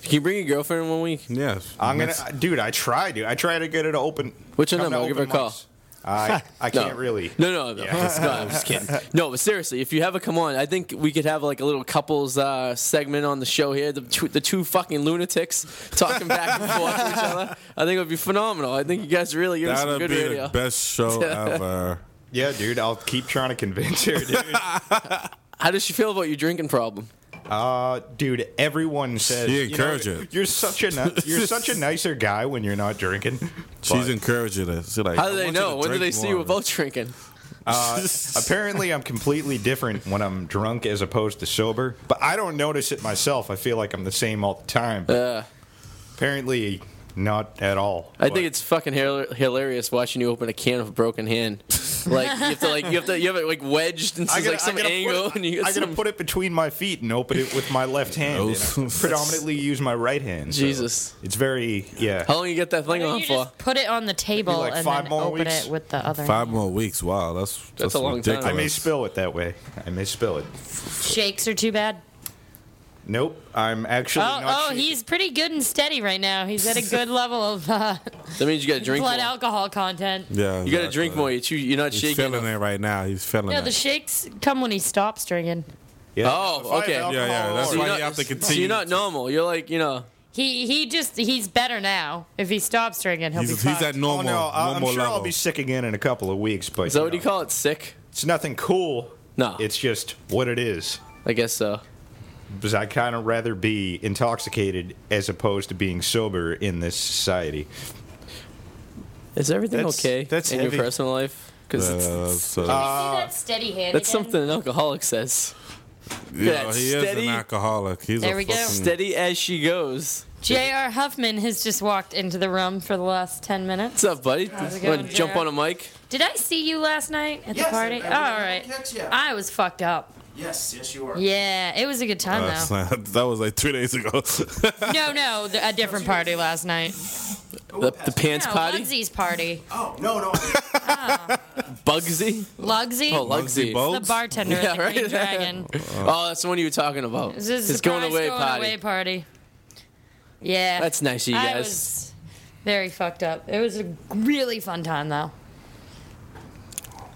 Can you bring your girlfriend in one week? Yes. I'm gonna, That's- dude. I try to. I try to get her to open. What's your come to number? I'll give her open a call. mics. I, I (laughs) No. can't really. No, no, no. No, I'm just kidding. No, but seriously, if you have a come on, I think we could have like a little couples uh, segment on the show here. The two, the two fucking lunatics talking back and forth to each other. I think it would be phenomenal. I think you guys really give us some That'd good be radio. the best (laughs) show ever. Yeah, dude. I'll keep trying to convince her. Dude. How does she feel about your drinking problem? Uh, dude, everyone says You you encourage know, it. You're such a ni- you're such a nicer guy when you're not drinking. She's But, encouraging us. She's like, How "I do they want you to know? When do they drink see you more." about drinking? uh, apparently, I'm completely different when I'm drunk as opposed to sober. But I don't notice it myself. I feel like I'm the same all the time. But Uh, apparently, not at all. I think it's fucking hila- hilarious watching you open a can of a broken (laughs) hand. like you have to like you have to you have it like wedged into like some angle put, it- and you I get gotta some put it between my feet and open it with my left hand. and I Oof. predominantly use my right hand. so Jesus. it's very yeah. How long you get that thing Why don't on you for? just put it on the table like and five then more open weeks? it with the other. Five more weeks. Wow, that's that's, a long time. ridiculous. I may spill it that way. I may spill it. Shakes are too bad. Nope, I'm actually Oh, not. oh, shaking. he's pretty good and steady right now. He's at a (laughs) good level of uh, That means you got to drink blood more. alcohol content. Yeah, You got to drink exactly. more. You're, too, you're not He's shaking. feeling it right now. He's feeling No, it. the shakes come when he stops drinking. Yeah. Oh, If I have okay. alcohol Yeah, yeah, that's or- So why you're you have to So continue you're not to- normal. You're like, you know. He he just he's better now. If he stops drinking, he'll He's, be he's fucked. at normal, Oh no, I- I'm normal sure level. I'll be sick again in a couple of weeks, but Is that you what you know, call it? Sick? it's nothing cool. No. It's just what it is. I guess so. Because I kind of rather be intoxicated as opposed to being sober in this society. Is everything That's- okay that's in heavy. your personal life? Because Uh, so, See that steady hand that's again? something an alcoholic says. you that know, he is steady- an alcoholic. He's There a we go. fucking- Steady as she goes. J.R. Huffman has just walked into the room for the last 10 What's minutes. up, buddy? it Wanna going, jump on Jared? a mic? Did I see you last night at the party? All right. I was fucked up. Yes, yes, you are. Yeah, it was a good time That's though. not- (laughs) that was like three days ago. (laughs) No, no, th- a different party last night. The, the pants no, potty? Lugsy's party. Oh, no, no. Bugsy? Lugsy, Oh, Lugsy. Bugsy the Bogues? bartender Yeah, at the right. Green Dragon. (laughs) Oh, that's the one you were talking about. This is His going away going potty. away party. Yeah. That's nice of you I guys. was very fucked up. It was a really fun time though.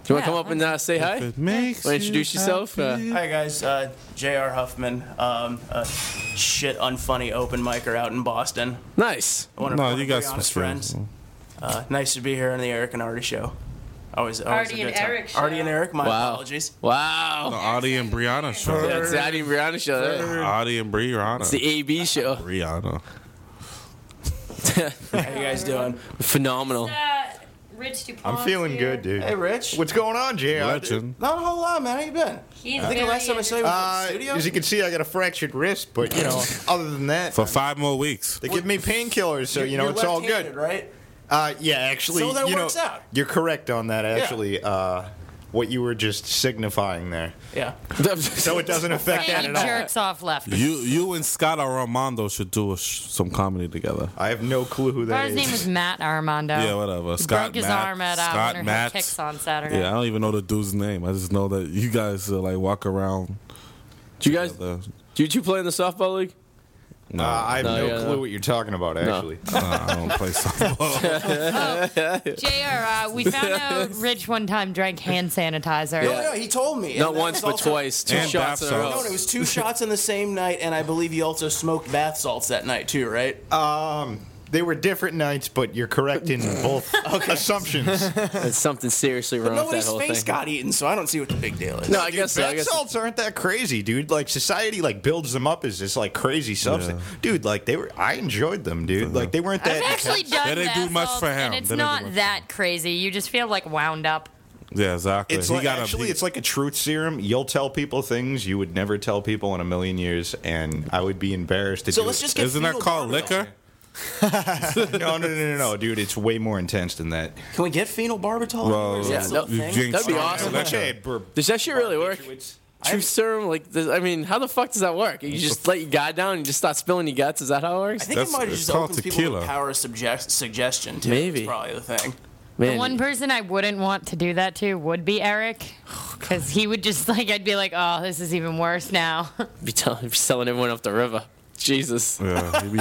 Do you want Yeah, to come up and uh, say hi? Want It makes to introduce you yourself? Uh, Hi, guys. Uh, J.R. Huffman, um, a shit unfunny open micer out in Boston. nice. One of No, one of you got the some honest friends. friends. Uh, nice to be here on the Eric and Artie show. Always, always Artie a good and time. Eric show. Artie and Eric. My Wow. apologies. The Wow. Audie and Brianna show. That's the Adi and Brianna show. Audie and Brianna. It's the AB show. (laughs) Brianna. How you guys (laughs) doing? Phenomenal. Uh, Rich DuPont. I'm feeling good, dude. Hey, Rich. What's going on, Uh, JR? Legend. Not a whole lot, man. How you been? He's I think the last time I saw you was Uh, in the studio. as you can see, I got a fractured wrist, but you know, other than that, For five more weeks. they give me painkillers, so you know You're it's all left-handed, good. right? Uh, yeah, actually, So that you works know, out. You're correct on that. Actually, uh, what you were just signifying there, Yeah. so it doesn't affect that And at he all. jerks off left. You you and Scott Armando should do a sh- some comedy together. I have no clue who that His name is. was Matt Armando. Yeah, whatever. He Scott broke his Matt- arm at uh, Scott Winter Hill Matt. Kicks on Saturday. Yeah, I don't even know the dude's name. I just know that you guys uh, like walk around. Do you guys, together. do you two play in the softball league? Uh, I have No, no, yeah, clue no. what you're talking about. Actually, Nah, I don't (laughs) play softball. Jr. Uh, we found out Rich one time drank hand sanitizer. No, no, he told me. Not And that once, was but also- twice. Two And shots bath in a row. salts. No, and it was two shots in the same night, and I believe you also smoked bath salts that night too, right? Um, they were different nights, but you're correct (laughs) in both assumptions. It's something seriously wrong with that Nobody's whole face thing. got eaten, so I don't see what the big deal is. no, I guess so. I Bath guess salts aren't that crazy, dude. Like society, like builds them up as this like crazy substance, dude. Like they were, I enjoyed them, dude. Like they weren't I've that. actually done They didn't do bath much salts, for and him. it's They didn't do much not for that crazy. You just feel like wound up. yeah, exactly. It's He like, got a- actually, he- it's like a truth serum. You'll tell people things you would never tell people in a million years, and I would be embarrassed to So do let's it. just get. Isn't that fetal called Barbie liquor? (laughs) no, no, no, no, no, dude. It's way more intense than that. doll. Can we get phenol barbitol? Well, Is that Yeah, still a no, thing? jinxed That'd be it. awesome. Liquor. Okay, bro. Does that shit really work? Truth serum, like, this, I mean, how the fuck does that work? You just let your guy down and just start spilling your guts? Is that how it I works? think it That's- might have it's just called opened people to the tequila. power of subject- suggestion. Too. Maybe. It's probably the thing. Man, One person I wouldn't want to do that to would be Eric, because he would just like I'd be like, oh, this is even worse now. (laughs) you'd be, telling, you'd be selling everyone up the river. Jesus. Yeah, he be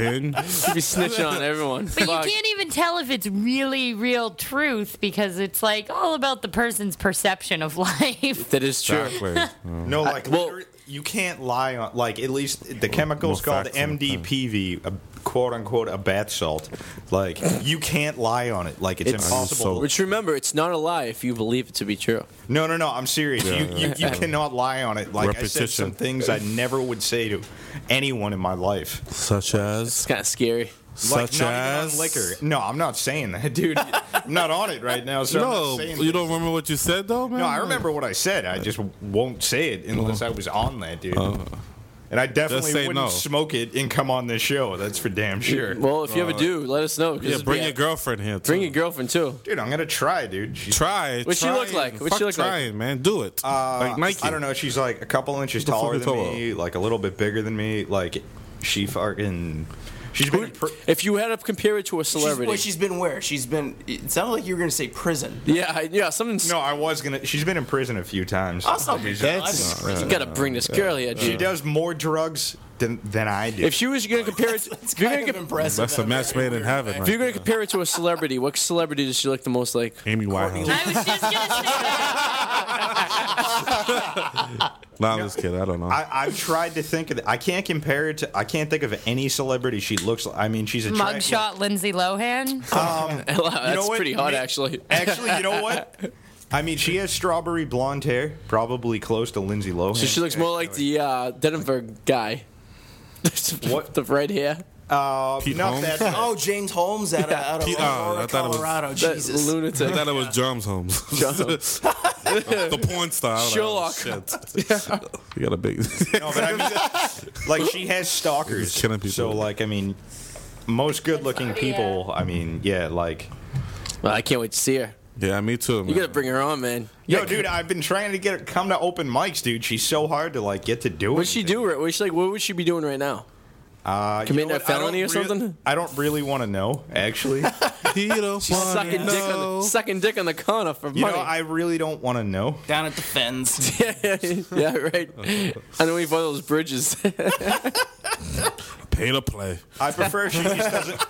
snitching. You'd be snitching on everyone. but Fuck. you can't even tell if it's really real truth because it's like all about the person's perception (laughs) of (laughs) life. That is true. Exactly. Yeah. (laughs) No, like well- literally, you can't lie on. Like at least the chemicals Well, called facts on the thing. MDPV, a quote unquote, a bath salt. Like you can't lie on it. Like it's, It's- impossible. so- Which remember, it's not a lie if you believe it to be true. No, no, no. I'm serious. you, you, you cannot lie on it. Like I said, Repetition. some things I never would say to anyone in my life. Such It's as, kind of scary. Like such not as even on liquor. No, I'm not saying that, (laughs) dude. I'm not on it right now. So I'm not No, saying you that. don't remember what you said though, man. No, I remember what I said. I just won't say it unless I was on that, dude. and I definitely Oh. Just say wouldn't no. smoke it and come on this show. That's for damn sure. Well, if you Uh, ever do, let us know. 'cause Yeah, it'd bring be- your girlfriend here. Too. Bring your girlfriend, too. dude, I'm gonna try, dude. She's, Try. What she try look like? it. What Fuck she look like? trying, man. Do it. like Nike. Uh, I don't know. She's like a couple inches the fuck taller you than talking me, like a little bit bigger than me. Like she fucking. She's been. in pr- If you had to compare it to a She's, celebrity. well, she's been where? She's been. It sounded like you were going to say prison. yeah, I- yeah, something. no, I was gonna. She's been in prison a few times. I'll stop you. you gotta bring this girl here, dude. She does more drugs than, than I do. If she was going to compare (laughs) it, That's if you're kind going of to impressive. That's a in match very made in weird heaven, way. if right? you're going to compare it to a celebrity, what celebrity does she look the most like? (laughs) Amy Winehouse. I was just gonna say that. No, I'm just kidding. I don't know. I, I've tried to think of it. I can't compare it to. I can't think of any celebrity she looks like. I mean, she's a mugshot Lindsay Lohan. Wow, that's what? pretty hot, Ma- actually. (laughs) Actually, you know what? I mean, she has strawberry blonde hair, probably close to Lindsay Lohan. So she looks more like the uh, Denver guy. (laughs) What? the red hair? Uh, Pete not Holmes? that. Oh, James Holmes out of, out of Pete- oh, Aurora, I thought it was- Colorado. That Jesus. lunatic. (laughs) I thought it was Joms Holmes. (laughs) Joms. (laughs) the porn star. I Sherlock. was Like, oh, shit. (laughs) You got a big. (laughs) No, but I mean, like she has stalkers. Just killing people. So, like, I mean, most good-looking people. I mean, yeah, like. (laughs) Well, I can't wait to see her. (laughs) yeah, me too. Man. You got to bring her on, man. You Yo, gotta- dude, I've been trying to get her come to open mics, dude. She's so hard to like get to do. What'd she anything. do? right- What's she like? What would she be doing right now? Uh, you Committing know a what? I don't felony or rea- something? I don't really want to know, (laughs) actually. He don't She's wanna sucking dick on know. the sucking dick on the corner for You money. know, I really don't want to know. Down at the (laughs) (laughs) fens. yeah, right. I know we've one of those bridges. (laughs) Pay to play. I prefer she just doesn't.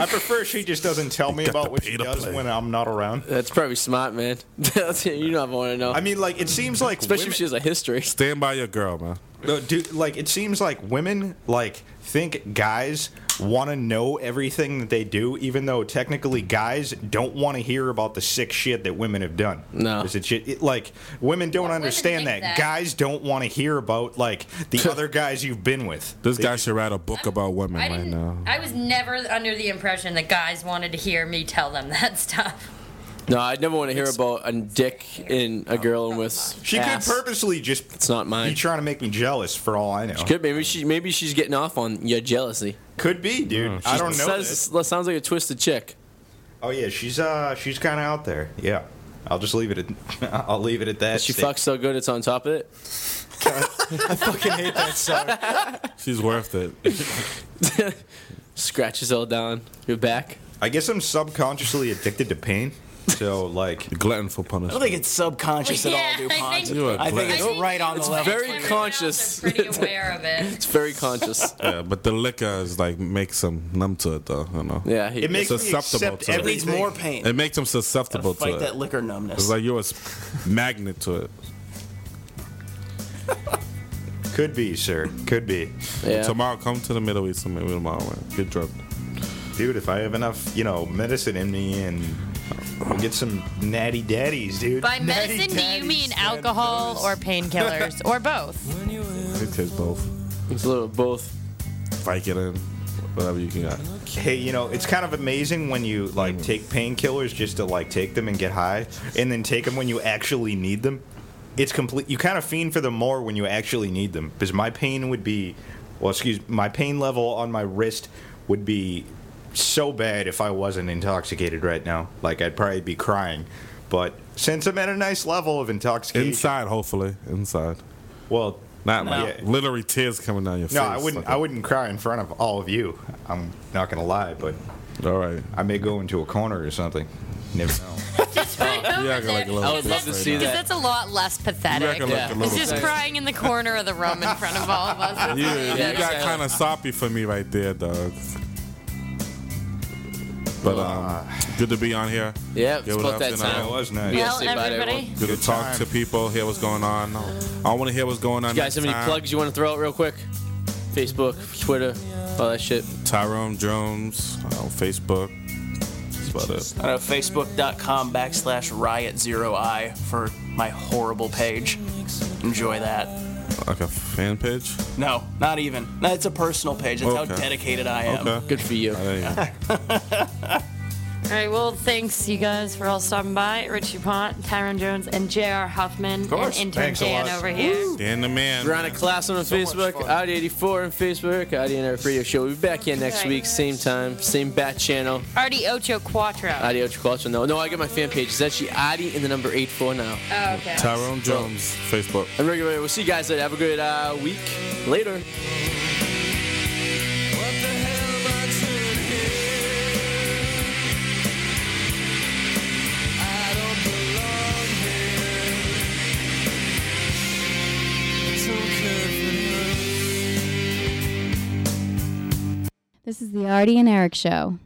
I prefer she just doesn't tell me got about the what pay she to does play. when I'm not around. That's probably smart, man. (laughs) That's- you don't want to know, I mean, like it seems like especially if women, she has a history. Stand by your girl, man. No, dude, like it seems like women like think guys want to know everything that they do, even though technically guys don't want to hear about the sick shit that women have done. No. is it shit? It, like women don't women understand think that. that. guys don't want to hear about like (laughs) the other guys you've been with. This guy should write a book about women right now. I was never under the impression that guys wanted to hear me tell them (laughs) that stuff. No, I'd never want to hear about a dick in a girl with. She ass. could purposely just It's not be mine. trying to make me jealous, for all I know. Could, Could maybe she maybe she's getting off on your jealousy. be, dude. Mm. I don't know. Sounds- this. sounds like a twisted chick. Oh yeah, she's uh, she's kind of out there. Yeah, I'll just leave it at. (laughs) I'll leave it at that. She Stay- fucks so good it's on top of it. fucking hate that song. She's worth it. Scratches all down your back. I guess I'm subconsciously addicted to pain. So like, Glutton for I don't think punishment. it's subconscious Yeah, at all, I think- DuPont. You are I think glad. it's right on the level. very Everyone else conscious. is pretty aware of it. (laughs) It's very (laughs) conscious. Yeah, but the liquor is like makes them numb to it, though. You know. Yeah, he, It makes me susceptible accept to it. It needs everything. more pain. It makes them susceptible to Fight that it. liquor numbness. It's like you're a s- magnet to it. Could be, sir. Could be. yeah. Tomorrow, come to the Middle East with me tomorrow. Man. Get drunk. Dude, if I have enough, you know, medicine in me and we'll get some natty daddies, dude. By Natty medicine, do you daddies, mean natty alcohol daddies. or (laughs) painkillers or both? It takes both. It's a little of both. Fight it in. Whatever you can get. Hey, you know, it's kind of amazing when you Mm. like take painkillers just to like take them and get high, and then take them when you actually need them. It's complete. You kind of fiend for them more when you actually need them, because my pain would be, well, excuse my pain level on my wrist would be so bad if I wasn't intoxicated right now. Like I'd probably be crying. But since I'm at a nice level of intoxication, Inside, hopefully. Inside. well, Not like Yeah. literally tears coming down your face. no, I wouldn't. I wouldn't cry in front of all of you. I'm not gonna lie, but All right. I may go into a corner or something. Never know. Yeah, I got like a I little. would love to see Because that. that's a lot less You're pathetic. gonna look Yeah. a It's little just bit. crying in the corner of the room in front of all of us. (laughs) You, Yeah, you got exactly. kind of soppy for me right there, dog. But um, good to be on here. uh, Yeah, it's Give it about up, that you know. time. That was nice. Yeah. Well, say bye to everybody. everyone. Good, to talk to people, hear what's going on. I want to hear what's going on. You guys have any next time. plugs you want to throw out real quick? Facebook, Twitter, all that shit. Tyrone Jones uh, on Facebook. That's about it. I know, facebook.com backslash riot zero i for my horrible page. Enjoy that. Like a fan page. No, not even. No, it's a personal page. That's how Okay. dedicated I am. Okay. Good for you. I didn't (laughs) even- All right, well, thanks you guys for all stopping by. Richie Pont, Tyron Jones, and J.R. Huffman, and course. intern Thanks a Dan lot. over here. Dan the man. We're on a class on Facebook, ID84 on Facebook, ID and Eric Radio Show. We'll be back here next Okay. week, same time, same bat channel. Artie Ocho Quattro. Adi Ocho Culture. No, no, I got my fan page. It's actually Adi in the number 84 now. oh, okay. Tyrone Jones Facebook. I'm regular. We'll see you guys later. Have a good uh, week. Later. It's okay for you. This is the Artie and Eric Show.